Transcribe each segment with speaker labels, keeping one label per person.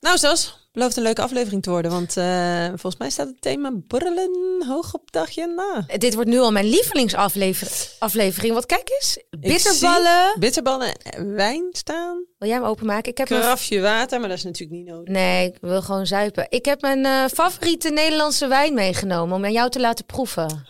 Speaker 1: Nou, Sas, belooft een leuke aflevering te worden. Want eh, volgens mij staat het thema borrelen hoog op de agenda.
Speaker 2: Dit wordt nu al mijn lievelingsaflevering. Want kijk eens,
Speaker 1: Ik
Speaker 2: bitterballen.
Speaker 1: zie bitterballen en wijn staan.
Speaker 2: Wil jij hem openmaken? Ik heb mijn-
Speaker 1: Karafje water, maar dat is natuurlijk niet nodig.
Speaker 2: Nee, ik wil gewoon zuipen. Ik heb mijn eh, favoriete Nederlandse wijn meegenomen om aan jou te laten proeven.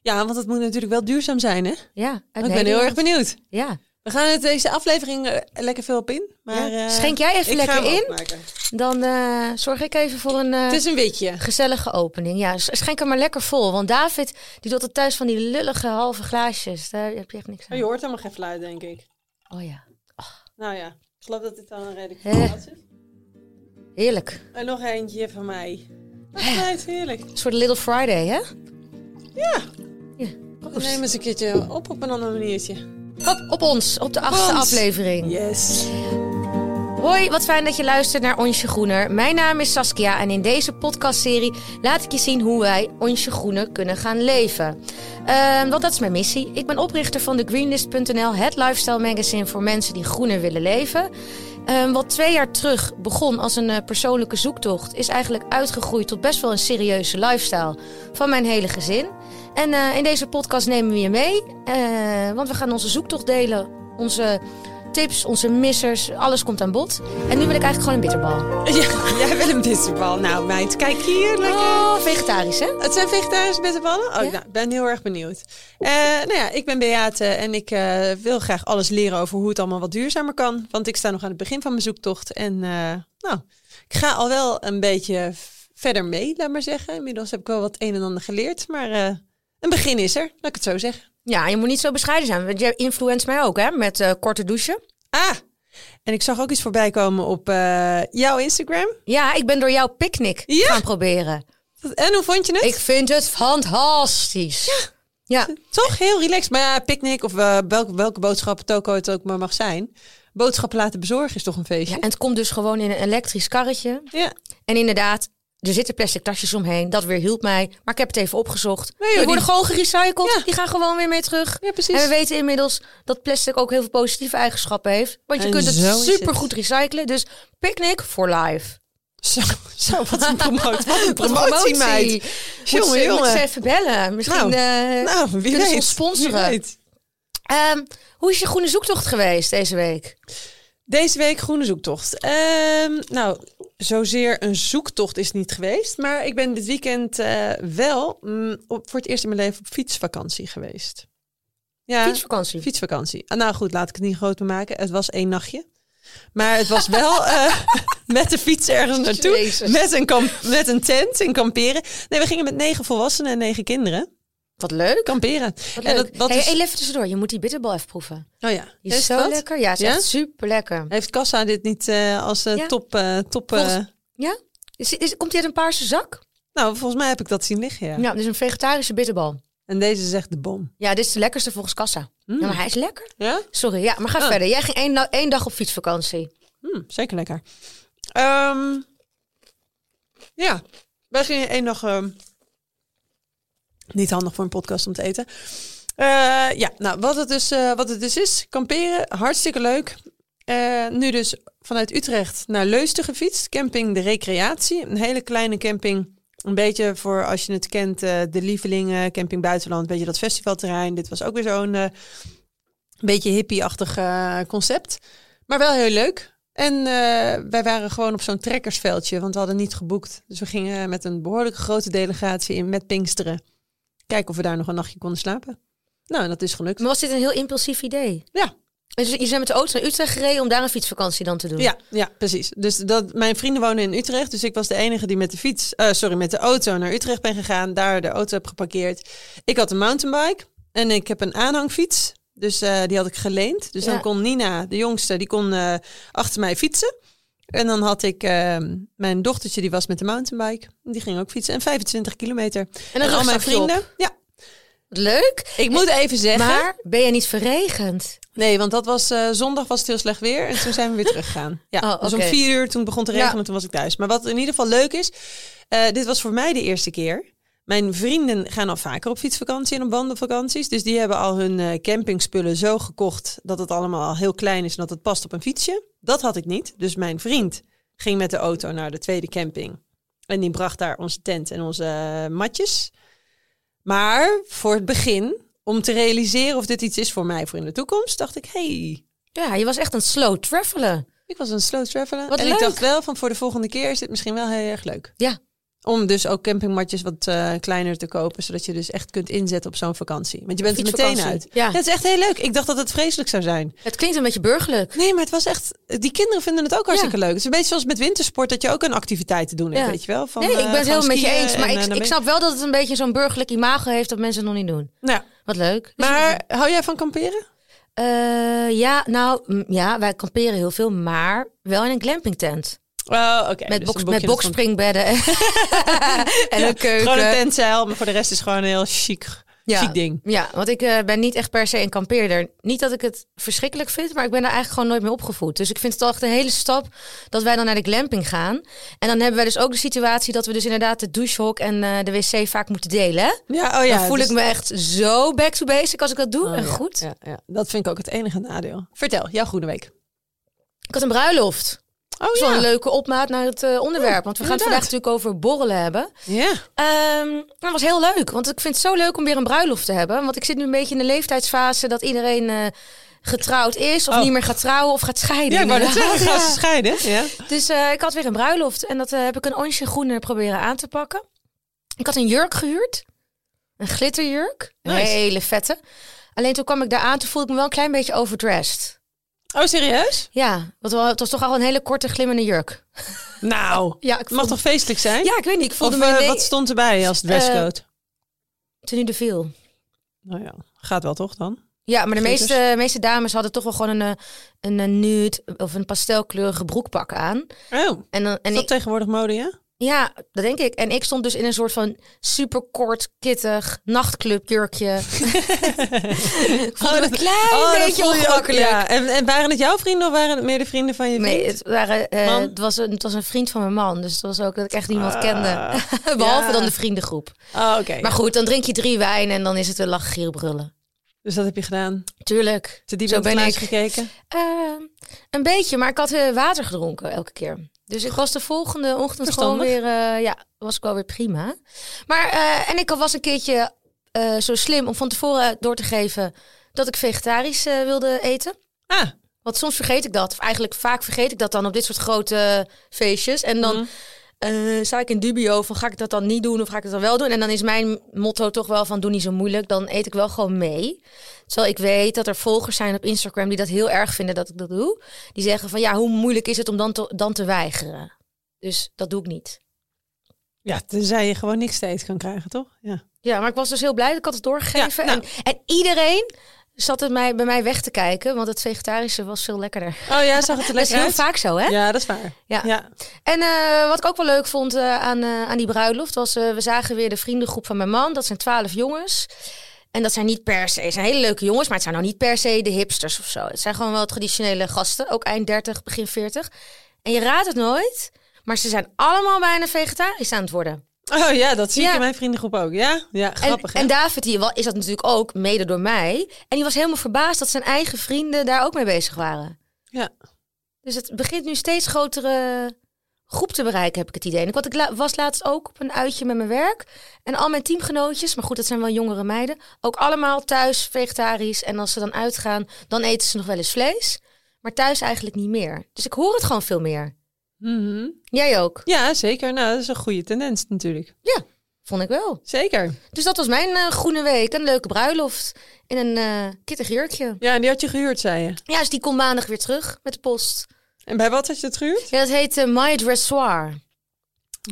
Speaker 1: Ja, want het moet natuurlijk wel duurzaam zijn, hè?
Speaker 2: Ja, uit
Speaker 1: Oh, ik ben heel erg
Speaker 2: Nederland.
Speaker 1: benieuwd.
Speaker 2: Ja.
Speaker 1: We gaan het deze aflevering eh, lekker veel op in. Maar,
Speaker 2: Ja.
Speaker 1: eh,
Speaker 2: Schenk jij even
Speaker 1: ik
Speaker 2: lekker
Speaker 1: ga hem
Speaker 2: in.
Speaker 1: opmaken.
Speaker 2: Dan eh, zorg ik even voor een eh,
Speaker 1: Het is een witje.
Speaker 2: gezellige opening. Ja, s- schenk hem maar lekker vol. Want David, die doet het thuis van die lullige halve glaasjes. Daar heb je echt niks
Speaker 1: Oh,
Speaker 2: aan.
Speaker 1: je hoort helemaal geen fluit, denk ik.
Speaker 2: Oh ja,
Speaker 1: Nou ja, ik geloof dat dit dan een redelijk
Speaker 2: Eh.
Speaker 1: plaats is.
Speaker 2: heerlijk.
Speaker 1: En nog eentje van mij. Dat fluit heerlijk.
Speaker 2: Een soort Little Friday, hè?
Speaker 1: Ja,
Speaker 2: Ja.
Speaker 1: we nemen eens een keertje op op een ander maniertje.
Speaker 2: Op, op ons, op de achtste
Speaker 1: ons.
Speaker 2: aflevering.
Speaker 1: Yes.
Speaker 2: Hoi, wat fijn dat je luistert naar Onsje Groener. Mijn naam is Saskia en in deze podcastserie laat ik je zien hoe wij Onsje Groener kunnen gaan leven. Ehm, want dat is mijn missie. Ik ben oprichter van TheGreenList.nl, het lifestyle magazine voor mensen die groener willen leven. Ehm, wat twee jaar terug begon als een eh, persoonlijke zoektocht, is eigenlijk uitgegroeid tot best wel een serieuze lifestyle van mijn hele gezin. En eh, in deze podcast nemen we je mee, eh, want we gaan onze zoektocht delen, onze tips, onze missers, alles komt aan bod. En nu wil ik eigenlijk gewoon een bitterbal.
Speaker 1: Ja, jij wil een bitterbal. Nou meid, kijk hier. Lekker.
Speaker 2: Oh, vegetarisch hè?
Speaker 1: Het zijn vegetarische bitterballen? Oh,
Speaker 2: Ja.
Speaker 1: nou, ik ben heel erg benieuwd. Eh, nou ja, ik ben Beate en ik eh, wil graag alles leren over hoe het allemaal wat duurzamer kan. Want ik sta nog aan het begin van mijn zoektocht. En eh, nou, ik ga al wel een beetje v- verder mee, laat maar zeggen. Inmiddels heb ik wel wat een en ander geleerd. Maar eh, een begin is er, laat ik het zo zeggen.
Speaker 2: Ja, je moet niet zo bescheiden zijn, want jij influenced mij ook hè, met eh, korte douchen.
Speaker 1: Ah, en ik zag ook iets voorbij komen op eh, jouw Instagram.
Speaker 2: Ja, ik ben door jouw picknick
Speaker 1: Ja.
Speaker 2: gaan proberen.
Speaker 1: En hoe vond je het?
Speaker 2: Ik vind het fantastisch. Ja.
Speaker 1: Toch heel relaxed. Maar ja, picknick of eh, welke, welke boodschap het ook, ooit ook maar mag zijn. Boodschappen laten bezorgen is toch een
Speaker 2: Ja,
Speaker 1: feestje?
Speaker 2: en het komt dus gewoon in een elektrisch karretje.
Speaker 1: Ja.
Speaker 2: En inderdaad, er zitten plastic tasjes omheen. Dat weer hielp mij. Maar ik heb het even opgezocht.
Speaker 1: Nee, joh,
Speaker 2: die worden
Speaker 1: die-
Speaker 2: gewoon gerecycled.
Speaker 1: Ja.
Speaker 2: Die gaan gewoon weer mee terug.
Speaker 1: Ja, precies.
Speaker 2: En we weten inmiddels dat plastic ook heel veel positieve eigenschappen heeft. Want je
Speaker 1: En
Speaker 2: kunt het
Speaker 1: zo is het.
Speaker 2: supergoed recyclen. Dus picnic for life.
Speaker 1: Zo, zo, wat een promotie. Wat een
Speaker 2: Wat een
Speaker 1: promotie, meid.
Speaker 2: Moet
Speaker 1: Jongen,
Speaker 2: ze, moet
Speaker 1: jongen.
Speaker 2: ze even bellen. Misschien
Speaker 1: Nou,
Speaker 2: eh,
Speaker 1: nou, wie
Speaker 2: kunnen ze
Speaker 1: weet.
Speaker 2: ons sponsoren.
Speaker 1: Wie weet.
Speaker 2: Ehm, hoe is je groene zoektocht geweest deze week?
Speaker 1: Deze week groene zoektocht. Ehm, nou, zozeer een zoektocht is het niet geweest. Maar ik ben dit weekend eh, wel mm, op, voor het eerst in mijn leven op fietsvakantie geweest. Ja,
Speaker 2: Fietsvakantie.
Speaker 1: Fietsvakantie. Ah, nou goed, laat ik het niet groot maken. Het was één nachtje. Maar het was wel eh, met de fiets ergens naartoe.
Speaker 2: Jezus.
Speaker 1: Met een, kamp, met een tent en kamperen. Nee, we gingen met negen volwassenen en negen kinderen
Speaker 2: Wat leuk.
Speaker 1: kamperen.
Speaker 2: Wat
Speaker 1: en dat,
Speaker 2: leuk.
Speaker 1: dat
Speaker 2: hey,
Speaker 1: is...
Speaker 2: hey, even tussendoor. Je moet die bitterbal even proeven.
Speaker 1: Oh ja,
Speaker 2: Die is,
Speaker 1: Is
Speaker 2: zo
Speaker 1: dat?
Speaker 2: lekker. Ja, het is
Speaker 1: Ja?
Speaker 2: echt super lekker.
Speaker 1: Heeft Kassa dit niet eh, als eh,
Speaker 2: Ja.
Speaker 1: top... eh, top eh,
Speaker 2: Volgens- Ja? Is, is, komt die uit een paarse zak?
Speaker 1: Nou, volgens mij heb ik dat zien liggen, ja.
Speaker 2: Ja, dit is een vegetarische bitterbal.
Speaker 1: En deze is echt de bom. Hm?
Speaker 2: Ja, dit is de lekkerste volgens kassa. Ja, maar hij is lekker.
Speaker 1: Ja?
Speaker 2: Sorry, ja, maar ga
Speaker 1: Hmm. Oh.
Speaker 2: verder. Jij ging één, na- één dag op fietsvakantie.
Speaker 1: Hm, zeker lekker. Ehm, ja, wij gingen één nog... ehm, niet handig voor een podcast om te eten. Eh, ja, nou, wat het, dus, eh, wat het dus is, kamperen, hartstikke leuk. Eh, nu dus vanuit Utrecht naar Leusden gefietst. Camping De Recreatie. Een hele kleine camping. Een beetje voor, als je het kent, eh, de Lievelingen, Camping Buitenland. Een beetje dat festivalterrein. Dit was ook weer zo'n eh, beetje hippie-achtig eh, concept. Maar wel heel leuk. En eh, wij waren gewoon op zo'n trekkersveldje, want we hadden niet geboekt. Dus we gingen met een behoorlijk grote delegatie in met Pinksteren. Kijken of we daar nog een nachtje konden slapen. Nou, en dat is gelukt.
Speaker 2: Maar was dit een heel impulsief idee?
Speaker 1: Ja,
Speaker 2: Dus je bent met de auto naar Utrecht gereden om daar een fietsvakantie dan te doen?
Speaker 1: Ja, ja, precies. Dus dat, mijn vrienden wonen in Utrecht. Dus ik was de enige die met de fiets, eh, sorry, met de auto naar Utrecht ben gegaan. Daar de auto heb geparkeerd. Ik had een mountainbike en ik heb een aanhangfiets. Dus eh, die had ik geleend. Dus
Speaker 2: Ja.
Speaker 1: dan kon Nina, de jongste, die kon eh, achter mij fietsen. En dan had ik ehm, mijn dochtertje, die was met de mountainbike. Die ging ook fietsten. En 25 kilometer.
Speaker 2: En een
Speaker 1: al mijn
Speaker 2: rugzakje op.
Speaker 1: vrienden. Ja,
Speaker 2: Leuk.
Speaker 1: ik moet even zeggen.
Speaker 2: Maar ben je niet verregend?
Speaker 1: Nee, want dat was eh, zondag was het heel slecht weer en toen zijn we weer teruggegaan. Ja,
Speaker 2: Oh,
Speaker 1: dus om
Speaker 2: oké.
Speaker 1: vier uur toen begon te regenen,
Speaker 2: Ja.
Speaker 1: toen was ik thuis. Maar wat in ieder geval leuk is, eh, dit was voor mij de eerste keer. Mijn vrienden gaan al vaker op fietsvakantie en op wandelvakanties, dus die hebben al hun eh, campingspullen zo gekocht dat het allemaal al heel klein is en dat het past op een fietsje. Dat had ik niet. Dus mijn vriend ging met de auto naar de tweede camping. En die bracht daar onze tent en onze eh, matjes. Maar voor het begin, om te realiseren of dit iets is voor mij voor in de toekomst, dacht ik, hey,
Speaker 2: Ja, je was echt een slow travelen.
Speaker 1: ik was een slow traveler.
Speaker 2: Wat
Speaker 1: en
Speaker 2: leuk.
Speaker 1: ik dacht wel van voor de volgende keer is dit misschien wel heel erg leuk.
Speaker 2: Ja.
Speaker 1: Om dus ook campingmatjes wat eh, kleiner te kopen, zodat je dus echt kunt inzetten op zo'n vakantie. Want je bent er meteen
Speaker 2: Fietsvakantie.
Speaker 1: uit.
Speaker 2: Ja.
Speaker 1: Ja, het is echt heel leuk. Ik dacht dat het vreselijk zou zijn.
Speaker 2: Het klinkt een beetje burgerlijk.
Speaker 1: Nee, maar het was echt. Die kinderen vinden het ook hartstikke leuk. Het is een beetje zoals met wintersport dat je ook een activiteit te doen hebt,
Speaker 2: Ja.
Speaker 1: weet je wel? Van,
Speaker 2: nee, ik
Speaker 1: eh,
Speaker 2: ben het
Speaker 1: gewoon
Speaker 2: helemaal met je
Speaker 1: skiën
Speaker 2: eens. Maar
Speaker 1: en,
Speaker 2: ik,
Speaker 1: eh, dan
Speaker 2: ik
Speaker 1: ben-
Speaker 2: snap wel dat het een beetje zo'n burgerlijk imago heeft dat mensen het nog niet doen.
Speaker 1: Nou,
Speaker 2: Wat leuk.
Speaker 1: maar hou jij van kamperen?
Speaker 2: Eh, ja, nou, mm, ja, wij kamperen heel veel, maar wel in een glampingtent.
Speaker 1: Oh, oké.
Speaker 2: met
Speaker 1: dus
Speaker 2: box,
Speaker 1: een
Speaker 2: met
Speaker 1: boekje dat
Speaker 2: bokspringbedden en en een
Speaker 1: van-
Speaker 2: keuken.
Speaker 1: Gewoon een tentzeil, maar voor de rest is gewoon een heel chic,
Speaker 2: ja.
Speaker 1: chic ding.
Speaker 2: Ja, want ik eh, ben niet echt per se een kampeerder. Niet dat ik het verschrikkelijk vind, maar ik ben er eigenlijk gewoon nooit mee opgevoed. Dus ik vind het al echt een hele stap dat wij dan naar de glamping gaan. En dan hebben wij dus ook de situatie dat we dus inderdaad de douchehok en eh, de wc vaak moeten delen. hè?
Speaker 1: Ja, oh ja.
Speaker 2: dan voel
Speaker 1: dus-
Speaker 2: ik me echt zo back to basic als ik dat doe.
Speaker 1: Oh,
Speaker 2: en
Speaker 1: ja,
Speaker 2: goed.
Speaker 1: Ja, ja. Dat vind ik ook het enige nadeel. Vertel, jouw groene week.
Speaker 2: Ik had een bruiloft.
Speaker 1: Oh
Speaker 2: Dat is wel een leuke opmaat naar het eh, onderwerp. Want we gaan
Speaker 1: inderdaad.
Speaker 2: het vandaag natuurlijk over borrelen hebben.
Speaker 1: Ja.
Speaker 2: Ehm, nou, dat was heel leuk. Want ik vind het zo leuk om weer een bruiloft te hebben. Want ik zit nu een beetje in de leeftijdsfase dat iedereen eh, getrouwd is. Of
Speaker 1: Oh.
Speaker 2: niet meer gaat trouwen of gaat scheiden.
Speaker 1: Ja, ik wou net
Speaker 2: inderdaad.
Speaker 1: zeggen, gaan ze
Speaker 2: Ja.
Speaker 1: scheiden? Ja.
Speaker 2: Dus eh, ik had weer een bruiloft. En dat eh, heb ik een onsje groene proberen aan te pakken. Ik had een jurk gehuurd. Een glitterjurk. Een
Speaker 1: Nice.
Speaker 2: hele vette. Alleen toen kwam ik daar aan, toen voelde ik me wel een klein beetje overdressed.
Speaker 1: Oh, serieus?
Speaker 2: Ja, want het was toch al een hele korte glimmende jurk.
Speaker 1: Nou,
Speaker 2: Ja, ik
Speaker 1: mag
Speaker 2: voelde-
Speaker 1: toch feestelijk zijn?
Speaker 2: Ja, ik weet niet. Ik voelde
Speaker 1: Of
Speaker 2: me Eh,
Speaker 1: eh,
Speaker 2: nee,
Speaker 1: wat stond erbij als dresscode?
Speaker 2: tenue de veel.
Speaker 1: nou ja, gaat wel toch dan?
Speaker 2: Ja, maar de
Speaker 1: Glitters.
Speaker 2: meeste, meeste dames hadden toch wel gewoon een, eh, een, eh, nude of een pastelkleurige broekpak aan.
Speaker 1: Oh,
Speaker 2: En, dan- en
Speaker 1: is dat
Speaker 2: ik,
Speaker 1: tegenwoordig mode, ja?
Speaker 2: ja, dat denk ik. En ik stond dus in een soort van superkort, kittig nachtclubjurkje. ik
Speaker 1: Oh,
Speaker 2: voelde me een klein beetje
Speaker 1: voel je ook,
Speaker 2: ongemakkelijk.
Speaker 1: ja. en, en waren het jouw vrienden of waren het meer de vrienden van je
Speaker 2: Nee,
Speaker 1: vriend?
Speaker 2: het, waren, eh,
Speaker 1: Man?
Speaker 2: het, was een, het was een vriend van mijn man. Dus het was ook dat ik echt niemand
Speaker 1: Ah,
Speaker 2: kende. Behalve
Speaker 1: ja.
Speaker 2: dan de vriendengroep.
Speaker 1: Oh, oké.
Speaker 2: Maar goed, dan drink je drie wijn en dan is het weer lachen, gieren, brullen.
Speaker 1: Dus dat heb je gedaan.
Speaker 2: Tuurlijk.
Speaker 1: Te diep
Speaker 2: Zo
Speaker 1: in het
Speaker 2: ben
Speaker 1: glaas
Speaker 2: ik.
Speaker 1: gekeken.
Speaker 2: Ehm, een beetje, maar ik had eh, water gedronken elke keer. Dus ik was de volgende ochtend gewoon
Speaker 1: Verstandig.
Speaker 2: weer, eh, ja, was ik wel weer prima. Maar, eh, en ik was een keertje eh, zo slim om van tevoren eh, door te geven dat ik vegetarisch eh, wilde eten.
Speaker 1: Ah,
Speaker 2: Want soms vergeet ik dat. Of eigenlijk vaak vergeet ik dat dan op dit soort grote feestjes. En
Speaker 1: mhm.
Speaker 2: dan eh, sta ik in dubio van ga ik dat dan niet doen of ga ik het dan wel doen. En dan is mijn motto toch wel van doe niet zo moeilijk. Dan eet ik wel gewoon mee. Terwijl ik weet dat er volgers zijn op Instagram die dat heel erg vinden dat ik dat doe. Die zeggen van ja, hoe moeilijk is het om dan te, dan te weigeren? Dus dat doe ik niet.
Speaker 1: ja, tenzij je gewoon niks te eten kan krijgen, toch? Ja.
Speaker 2: Ja, maar ik was dus heel blij dat ik had het doorgegeven.
Speaker 1: Ja, nou.
Speaker 2: en, en iedereen zat het mij, bij mij weg te kijken, want het vegetarische was veel lekkerder.
Speaker 1: Oh ja, zag het er
Speaker 2: Dat is
Speaker 1: lekker
Speaker 2: Dus heel
Speaker 1: uit?
Speaker 2: vaak zo, hè?
Speaker 1: Ja, dat is waar.
Speaker 2: Ja.
Speaker 1: ja.
Speaker 2: En eh, wat ik ook wel leuk vond eh, aan, eh, aan die bruiloft was, eh, we zagen weer de vriendengroep van mijn man. Dat zijn twaalf jongens. En dat zijn niet per se, het zijn hele leuke jongens, maar het zijn nou niet per se de hipsters of zo. Het zijn gewoon wel traditionele gasten, ook eind 30, begin 40. En je raadt het nooit, maar ze zijn allemaal bijna vegetarisch aan het worden.
Speaker 1: Oh ja, dat zie
Speaker 2: Ja.
Speaker 1: ik in mijn vriendengroep ook. Ja, ja grappig
Speaker 2: en,
Speaker 1: hè?
Speaker 2: en David die, wa- is dat natuurlijk ook, mede door mij. En die was helemaal verbaasd dat zijn eigen vrienden daar ook mee bezig waren.
Speaker 1: Ja.
Speaker 2: Dus het begint nu steeds grotere groep te bereiken, heb ik het idee. En ik, wat ik la- was laatst ook op een uitje met mijn werk. En al mijn teamgenootjes, maar goed, dat zijn wel jongere meiden. Ook allemaal thuis vegetarisch. En als ze dan uitgaan, dan eten ze nog wel eens vlees. Maar thuis eigenlijk niet meer. Dus ik hoor het gewoon veel meer.
Speaker 1: Mhm.
Speaker 2: Jij ook,
Speaker 1: Ja, zeker. Nou, dat is een goede tendens natuurlijk.
Speaker 2: vond ik wel.
Speaker 1: Zeker.
Speaker 2: Dus dat was mijn eh, groene week. Een leuke bruiloft in een eh kittig jurkje.
Speaker 1: Ja, en die had je gehuurd, zei je.
Speaker 2: Ja, dus die komt maandag weer terug met de post.
Speaker 1: En bij wat had je het gehuurd?
Speaker 2: Ja, dat heet eh, My Dressoir.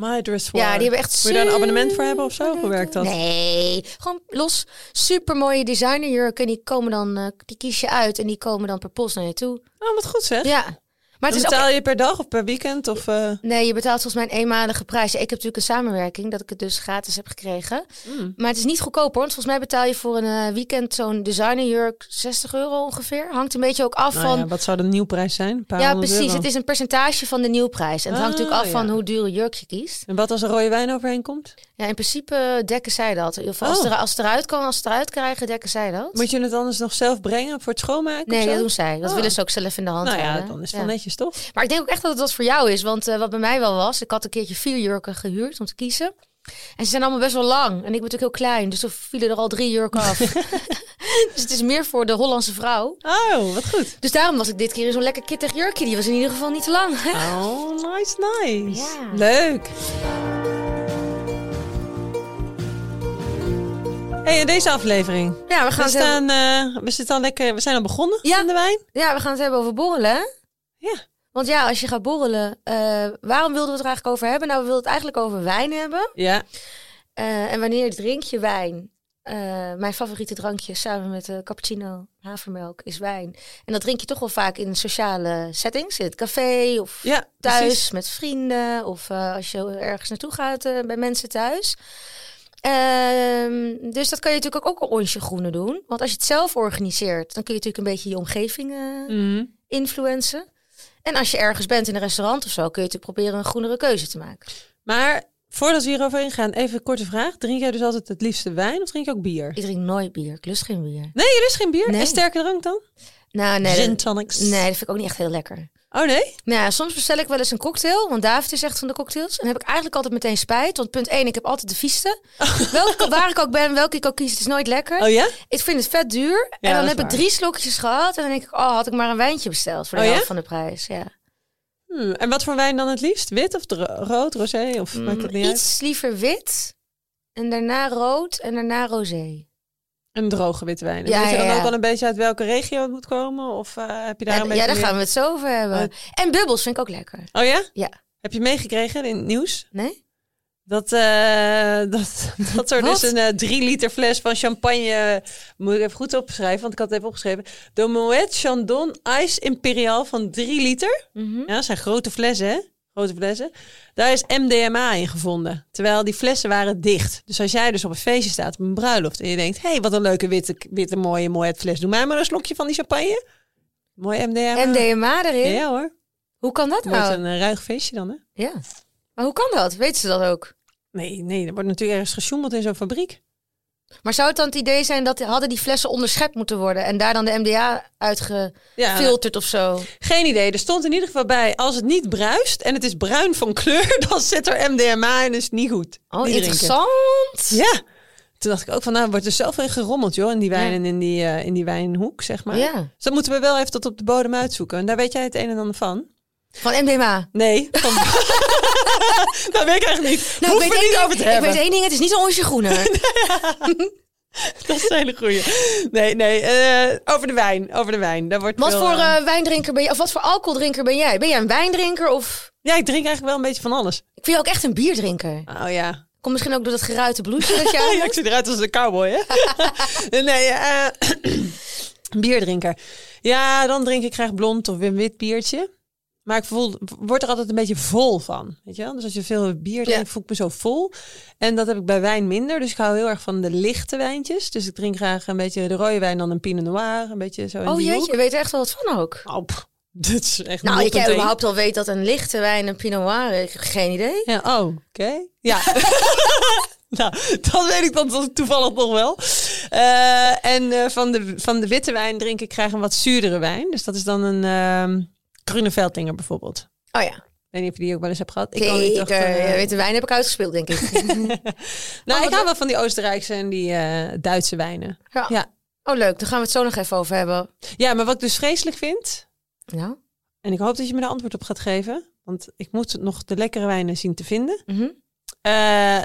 Speaker 1: My Dress for.
Speaker 2: Ja, die hebben echt
Speaker 1: Moet je daar een
Speaker 2: super
Speaker 1: abonnement voor hebben of zo? Hoe werkt dat?
Speaker 2: Nee, gewoon los. Super mooie designerjurken. En die komen dan, eh, die kies je uit en die komen dan per post naar je toe.
Speaker 1: Oh, wat goed zeg.
Speaker 2: Ja. Maar
Speaker 1: Dan
Speaker 2: het is ook...
Speaker 1: betaal je per dag of per weekend? Of, eh,
Speaker 2: Nee, je betaalt volgens mij een eenmalige prijs. Ja, Ik heb natuurlijk een samenwerking dat ik het dus gratis heb gekregen.
Speaker 1: mm.
Speaker 2: Maar het is niet goedkoop hoor. Want volgens mij betaal je voor een eh, weekend zo'n designerjurk 60 euro ongeveer. Hangt een beetje ook af
Speaker 1: Nou
Speaker 2: van
Speaker 1: ja, wat zou de nieuwprijs zijn? Een paar
Speaker 2: Ja,
Speaker 1: honderd
Speaker 2: precies.
Speaker 1: euro.
Speaker 2: Het is een percentage van de nieuwprijs. En het hangt
Speaker 1: Ah,
Speaker 2: natuurlijk af van
Speaker 1: ja.
Speaker 2: hoe duur een jurk je kiest.
Speaker 1: En wat als er rode wijn overheen komt?
Speaker 2: Ja, in principe dekken zij dat. In ieder geval, als,
Speaker 1: Oh.
Speaker 2: het er, als het eruit kan, als ze het eruit krijgen, dekken zij dat.
Speaker 1: Moet je het anders nog zelf brengen voor het schoonmaken?
Speaker 2: nee,
Speaker 1: of zo?
Speaker 2: dat doen zij. Dat
Speaker 1: Oh.
Speaker 2: willen ze ook zelf in de hand
Speaker 1: Nou ja,
Speaker 2: houden.
Speaker 1: dan is het
Speaker 2: Ja.
Speaker 1: wel netjes dingetjes, toch?
Speaker 2: Maar ik denk ook echt dat het wat voor jou is. Want eh, wat bij mij wel was, ik had een keertje vier jurken gehuurd om te kiezen. En ze zijn allemaal best wel lang. En ik ben natuurlijk heel klein, dus er vielen er al drie jurken af. dus het is meer voor de Hollandse vrouw.
Speaker 1: Oh, wat goed.
Speaker 2: Dus daarom was ik dit keer in zo'n lekker kittig jurkje. Die was in ieder geval niet te lang.
Speaker 1: Oh, nice, nice.
Speaker 2: Ja.
Speaker 1: Leuk. hey, in deze aflevering.
Speaker 2: ja, we gaan,
Speaker 1: We,
Speaker 2: het Nou, hebben,
Speaker 1: staan, eh, we, zitten al lekker, we zijn al begonnen
Speaker 2: Ja.
Speaker 1: aan de wijn.
Speaker 2: ja, we gaan het hebben over borrelen. hè?
Speaker 1: Ja.
Speaker 2: Want ja, als je gaat borrelen, eh, waarom wilden we het er eigenlijk over hebben? Nou, we wilden het eigenlijk over wijn hebben.
Speaker 1: Ja.
Speaker 2: Eh, en wanneer drink je wijn? Eh, mijn favoriete drankje samen met eh, cappuccino, havermelk, is wijn. En dat drink je toch wel vaak in sociale settings. In het café of
Speaker 1: ja
Speaker 2: thuis
Speaker 1: precies.
Speaker 2: met vrienden. Of eh, als je ergens naartoe gaat eh, bij mensen thuis. Ehm, dus dat kan je natuurlijk ook op onsje groene doen. Want als je het zelf organiseert, dan kun je natuurlijk een beetje je omgeving eh,
Speaker 1: Mhm.
Speaker 2: influencen. En als je ergens bent in een restaurant of zo, kun je natuurlijk proberen een groenere keuze te maken.
Speaker 1: Maar voordat we hierover ingaan, even een korte vraag. Drink jij dus altijd het liefste wijn of drink je ook bier?
Speaker 2: Ik drink nooit bier, ik lust geen bier.
Speaker 1: Nee, er is geen bier.
Speaker 2: Nee.
Speaker 1: En sterke drank dan?
Speaker 2: Nou, nee,
Speaker 1: Gin
Speaker 2: dat-
Speaker 1: tonics.
Speaker 2: Nee, dat vind ik ook niet echt heel lekker.
Speaker 1: Oh nee?
Speaker 2: Nou, ja, soms bestel ik wel eens een cocktail, want David is echt van de cocktails. En heb ik eigenlijk altijd meteen spijt, want punt 1, ik heb altijd de vieste. Welke, waar ik ook ben, welke ik ook kies, het is nooit lekker.
Speaker 1: Oh ja?
Speaker 2: Ik vind het vet duur.
Speaker 1: Ja,
Speaker 2: en dan
Speaker 1: dat is
Speaker 2: heb ik
Speaker 1: waar.
Speaker 2: drie slokjes gehad en dan denk ik, oh, had ik maar een wijntje besteld voor de
Speaker 1: Oh, ja?
Speaker 2: helft van de prijs. Ja.
Speaker 1: Hmm, En wat voor wijn dan het liefst? Wit of dro- rood, rosé? Of maakt het
Speaker 2: Mm,
Speaker 1: niet uit?
Speaker 2: iets liever wit en daarna rood en daarna rosé.
Speaker 1: Een droge witte wijn. En
Speaker 2: Ja,
Speaker 1: weet je dan
Speaker 2: ja, ja.
Speaker 1: ook al een beetje uit welke regio het moet komen? Of eh, heb je Oh. daar
Speaker 2: Ja,
Speaker 1: een
Speaker 2: d-
Speaker 1: beetje
Speaker 2: ja, daar
Speaker 1: meer-
Speaker 2: gaan we het zo over hebben. En bubbels vind ik ook lekker.
Speaker 1: Oh ja?
Speaker 2: Ja.
Speaker 1: Heb je meegekregen in het nieuws?
Speaker 2: Nee?
Speaker 1: Dat, eh, dat, dat er
Speaker 2: Wat?
Speaker 1: dus een eh, drie liter fles van champagne... eh, Moet ik even goed opschrijven, want ik had het even opgeschreven. De Moet Chandon Ice Imperial van drie liter.
Speaker 2: Mhm.
Speaker 1: Ja, dat zijn grote flessen, hè? Grote flessen. Daar is MDMA in gevonden. Terwijl die flessen waren dicht. Dus als jij dus op een feestje staat, op een bruiloft... en je denkt, hé, hey, wat een leuke, witte, witte mooie Moet fles. Doe mij maar een slokje van die champagne. Mooi MDMA.
Speaker 2: MDMA erin.
Speaker 1: Ja hoor.
Speaker 2: Hoe kan dat
Speaker 1: Wordt
Speaker 2: nou?
Speaker 1: een eh, ruig feestje dan, hè?
Speaker 2: Ja. Maar hoe kan dat? Weten ze dat ook?
Speaker 1: Nee, nee, er wordt natuurlijk ergens gesjoemeld in zo'n fabriek.
Speaker 2: Maar zou het dan het idee zijn dat hadden die flessen onderschept moeten worden en daar dan de MDA uitgefilterd
Speaker 1: Ja,
Speaker 2: of zo? Oh,
Speaker 1: geen idee. Er stond in ieder geval bij, als het niet bruist en het is bruin van kleur, dan zit er MDMA en is het niet goed.
Speaker 2: Oh,
Speaker 1: Niet drinken.
Speaker 2: interessant.
Speaker 1: Ja. Toen dacht ik ook van, nou wordt er zelf in gerommeld, joh, in die wijn
Speaker 2: Ja.
Speaker 1: en in die, eh, in die wijnhoek, zeg maar.
Speaker 2: Ja.
Speaker 1: Dus dat moeten we wel even tot op de bodem uitzoeken. En daar weet jij het een en ander van.
Speaker 2: Van MDMA.
Speaker 1: Nee. Van... dat weet ik eigenlijk niet.
Speaker 2: Nou,
Speaker 1: Hoef
Speaker 2: ik,
Speaker 1: er
Speaker 2: weet
Speaker 1: niet
Speaker 2: één
Speaker 1: over te
Speaker 2: ding, ik
Speaker 1: hebben.
Speaker 2: weet één ding, het is niet een onsje groener.
Speaker 1: Dat is een hele goeie. Nee, nee. eh, over de wijn. Over de wijn. Daar wordt
Speaker 2: Wat
Speaker 1: veel,
Speaker 2: voor
Speaker 1: eh,
Speaker 2: eh, wijndrinker ben je, of wat voor alcoholdrinker ben jij? Ben jij een wijndrinker of...
Speaker 1: Ja, ik drink eigenlijk wel een beetje van alles.
Speaker 2: Ik vind jou ook echt een bierdrinker.
Speaker 1: Oh ja.
Speaker 2: Komt misschien ook door dat geruite bloesje dat je aan
Speaker 1: ja, ik
Speaker 2: hebt.
Speaker 1: zie eruit als een cowboy, hè? nee, eh bierdrinker. Ja, dan drink ik graag blond of een wit biertje. Maar ik voel, word er altijd een beetje vol van. Weet je wel? Dus als je veel bier drinkt, voel ik me zo vol. En dat heb ik bij wijn minder. Dus ik hou heel erg van de lichte wijntjes. Dus ik drink graag een beetje de rode wijn, dan een Pinot Noir. Een beetje zo in
Speaker 2: Oh
Speaker 1: die
Speaker 2: jeetje,
Speaker 1: hoek.
Speaker 2: je weet er echt wel wat van ook.
Speaker 1: Oh, pff, dit is echt
Speaker 2: Nou, dat jij
Speaker 1: 0.1.
Speaker 2: überhaupt al weet dat een lichte wijn een Pinot Noir, ik heb geen idee.
Speaker 1: Ja, oh, oké. Ja. nou, dat weet ik dan to- toevallig nog wel. Eh, en eh, van, de, van de witte wijn drink ik graag een wat zuurdere wijn. Dus dat is dan een ehm Gruneveldtinger bijvoorbeeld. Ik
Speaker 2: Oh ja,
Speaker 1: weet niet of je die ook wel eens hebt gehad. kan niet
Speaker 2: zeker.
Speaker 1: echt, eh,
Speaker 2: Ja, Witte wijn heb ik uitgespeeld, denk ik.
Speaker 1: nou,
Speaker 2: Oh,
Speaker 1: ik
Speaker 2: wat-
Speaker 1: hou wel van die Oostenrijkse en die eh, Duitse wijnen.
Speaker 2: Ja.
Speaker 1: Ja.
Speaker 2: Oh, leuk. Daar gaan we het zo nog even over hebben. Nou?
Speaker 1: Ja, maar wat ik dus vreselijk vind...
Speaker 2: Ja.
Speaker 1: En ik hoop dat je me daar antwoord op gaat geven. Want ik moet nog de lekkere wijnen zien te vinden.
Speaker 2: Mhm.
Speaker 1: Eh,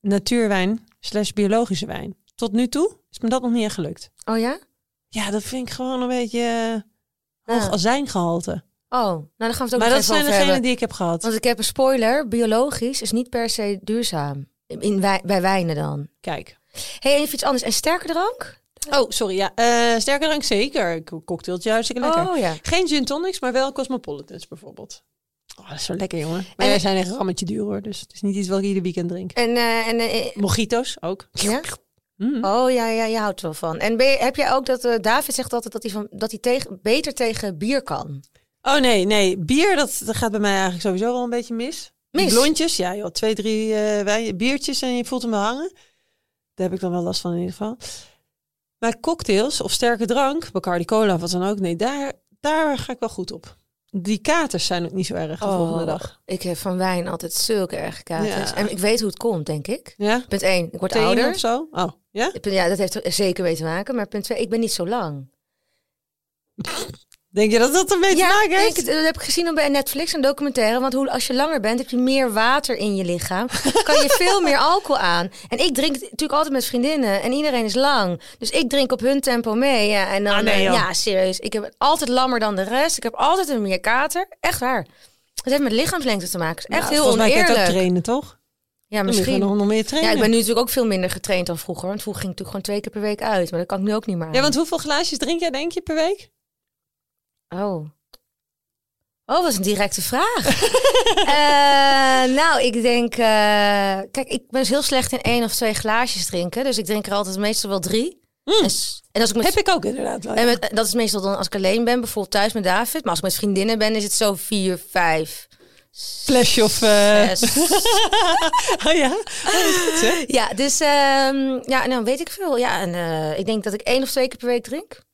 Speaker 1: natuurwijn slash biologische wijn. Tot nu toe is me dat nog niet echt gelukt.
Speaker 2: Oh ja?
Speaker 1: Ja, dat vind ik gewoon een beetje eh, hoog
Speaker 2: Ja.
Speaker 1: azijngehalte.
Speaker 2: Ah. Oh, nou dan gaan we het ook
Speaker 1: Maar
Speaker 2: nog
Speaker 1: dat
Speaker 2: even
Speaker 1: zijn
Speaker 2: over
Speaker 1: degenen
Speaker 2: hebben.
Speaker 1: die ik heb gehad.
Speaker 2: Want ik heb een spoiler. Biologisch is niet per se duurzaam. In wij- bij wijnen dan.
Speaker 1: Kijk.
Speaker 2: hey, en even iets anders. En sterke drank?
Speaker 1: Oh, sorry. Ja, eh sterke drank zeker. K- Cocktailtje hartstikke lekker.
Speaker 2: Oh ja.
Speaker 1: Geen gin tonics, maar wel cosmopolitans bijvoorbeeld. Oh, dat is wel lekker, jongen. Maar
Speaker 2: En-
Speaker 1: wij zijn echt een rammetje duur, hoor. Dus het is niet iets wat ik ieder weekend drink.
Speaker 2: En, eh, en eh,
Speaker 1: Mojito's ook.
Speaker 2: ja?
Speaker 1: Mm.
Speaker 2: Oh ja, ja, je houdt wel van. En ben je- heb jij ook dat eh, David zegt altijd dat hij, van, dat hij tegen, beter tegen bier kan?
Speaker 1: Oh nee, nee. Bier, dat, dat gaat bij mij eigenlijk sowieso wel een beetje mis.
Speaker 2: Mis?
Speaker 1: Blondjes, ja joh. Twee, drie eh, wijn- biertjes en je voelt hem wel hangen. Daar heb ik dan wel last van in ieder geval. Maar cocktails of sterke drank, Bacardi Cola of wat dan ook. Nee, daar, daar ga ik wel goed op. Die katers zijn ook niet zo erg de
Speaker 2: Oh.
Speaker 1: volgende dag.
Speaker 2: Ik heb van wijn altijd zulke erg katers.
Speaker 1: Ja.
Speaker 2: En ik weet hoe het komt, denk ik.
Speaker 1: Ja?
Speaker 2: Punt 1, ik word
Speaker 1: Tenen
Speaker 2: ouder.
Speaker 1: of zo? Oh, ja?
Speaker 2: Ik ben- Ja, dat heeft er zeker mee te maken. Maar punt 2, ik ben niet zo lang.
Speaker 1: Denk je dat dat ermee
Speaker 2: ja,
Speaker 1: te maken
Speaker 2: ik,
Speaker 1: heeft?
Speaker 2: dat heb ik gezien op bij Netflix, een documentaire. Want hoe, als je langer bent, heb je meer water in je lichaam. kan je veel meer alcohol aan. En ik drink natuurlijk altijd met vriendinnen. En iedereen is lang. Dus ik drink op hun tempo mee. Ja, en dan,
Speaker 1: Ah, nee,
Speaker 2: eh,
Speaker 1: joh.
Speaker 2: ja serieus. Ik heb het altijd lammer dan de rest. Ik heb altijd een meer kater. Echt waar. Het heeft met lichaamslengte te maken. Het is echt
Speaker 1: Nou,
Speaker 2: heel
Speaker 1: volgens mij kan je het ook
Speaker 2: oneerlijk.
Speaker 1: trainen, toch?
Speaker 2: Ja,
Speaker 1: Dan moet je
Speaker 2: misschien.
Speaker 1: gewoon nog nog meer trainen.
Speaker 2: Ja, ik ben nu natuurlijk ook veel minder getraind dan vroeger. Want vroeger ging ik natuurlijk gewoon twee keer per week uit. Maar dat kan ik nu ook niet meer. aan.
Speaker 1: Ja, want hoeveel glaasjes drink jij denk je per week?
Speaker 2: Oh. Oh, wat een directe vraag. Eh, nou, ik denk... eh, kijk, ik ben dus heel slecht in één of twee glaasjes drinken. Dus ik drink er altijd meestal wel drie. En, s- en als ik met,
Speaker 1: Hmm. Heb ik ook inderdaad wel.
Speaker 2: en met- dat is meestal dan als ik alleen ben. Bijvoorbeeld thuis met David. Maar als ik met vriendinnen ben, is het zo vier, vijf,
Speaker 1: flesje of... eh,
Speaker 2: zes.
Speaker 1: oh ja? Oh, dat is goed, hè?
Speaker 2: ja, dus... ehm, ja, en dan weet ik veel. Ja, en eh, ik denk dat ik één of twee keer per week drink.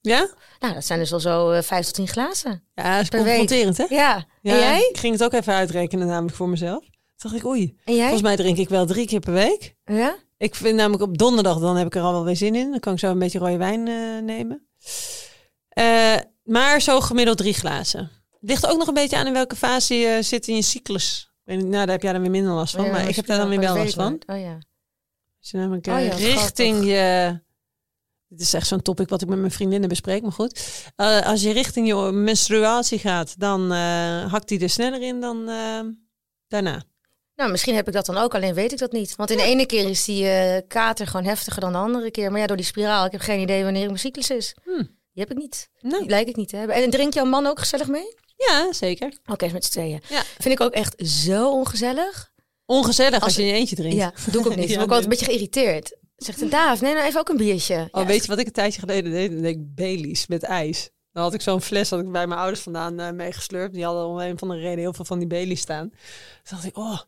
Speaker 1: Ja?
Speaker 2: Nou, dat zijn dus al zo eh, vijf tot tien glazen.
Speaker 1: Ja, dat is
Speaker 2: Per week.
Speaker 1: confronterend, hè?
Speaker 2: Ja.
Speaker 1: Ja,
Speaker 2: En jij?
Speaker 1: Ik ging het ook even uitrekenen namelijk voor mezelf. Toen dacht ik, oei,
Speaker 2: En jij?
Speaker 1: volgens mij drink ik wel drie keer per week.
Speaker 2: Ja?
Speaker 1: Ik vind namelijk op donderdag, dan heb ik er al wel weer zin in. Dan kan ik zo een beetje rode wijn eh, nemen. Eh, maar zo gemiddeld drie glazen. Ligt ook nog een beetje aan in welke fase je zit in je cyclus. Ik weet niet, Nou, daar heb jij dan weer minder last van.
Speaker 2: Ja,
Speaker 1: maar ik heb daar dan weer
Speaker 2: misschien
Speaker 1: wel
Speaker 2: dat
Speaker 1: last van.
Speaker 2: weet ik nooit. Oh ja.
Speaker 1: Dus namelijk
Speaker 2: Oh
Speaker 1: eh,
Speaker 2: ja, wat
Speaker 1: richting
Speaker 2: grappig.
Speaker 1: je... Dit is echt zo'n topic wat ik met mijn vriendinnen bespreek, maar goed. Eh, als je richting je menstruatie gaat, dan eh, hakt die er sneller in dan eh, daarna.
Speaker 2: Nou, misschien heb ik dat dan ook, alleen weet ik dat niet. Want in de ene keer is die eh, kater gewoon heftiger dan de andere keer. Maar ja, door die spiraal, ik heb geen idee wanneer mijn cyclus is.
Speaker 1: Hmm.
Speaker 2: Die heb ik niet.
Speaker 1: Nou,
Speaker 2: Die lijkt ik niet te hebben. En drink jouw man ook gezellig mee? Oké,
Speaker 1: ja, zeker.
Speaker 2: is met z'n tweeën.
Speaker 1: Ja.
Speaker 2: Vind ik ook echt zo ongezellig.
Speaker 1: Ongezellig als,
Speaker 2: Als-
Speaker 1: je in je eentje drinkt.
Speaker 2: Ja, doe ik ook niet.
Speaker 1: Ja,
Speaker 2: Ik word ook
Speaker 1: nee.
Speaker 2: altijd een beetje geïrriteerd. Zegt de Daaf, nee, nou even ook een biertje.
Speaker 1: Oh,
Speaker 2: Ja,
Speaker 1: weet je wat ik een tijdje geleden deed? Dan deed ik Baileys met ijs. Dan had ik zo'n fles had ik bij mijn ouders vandaan eh, meegesleurd. Die hadden om een van de reden heel veel van die Baileys staan. Toen dacht ik, oh,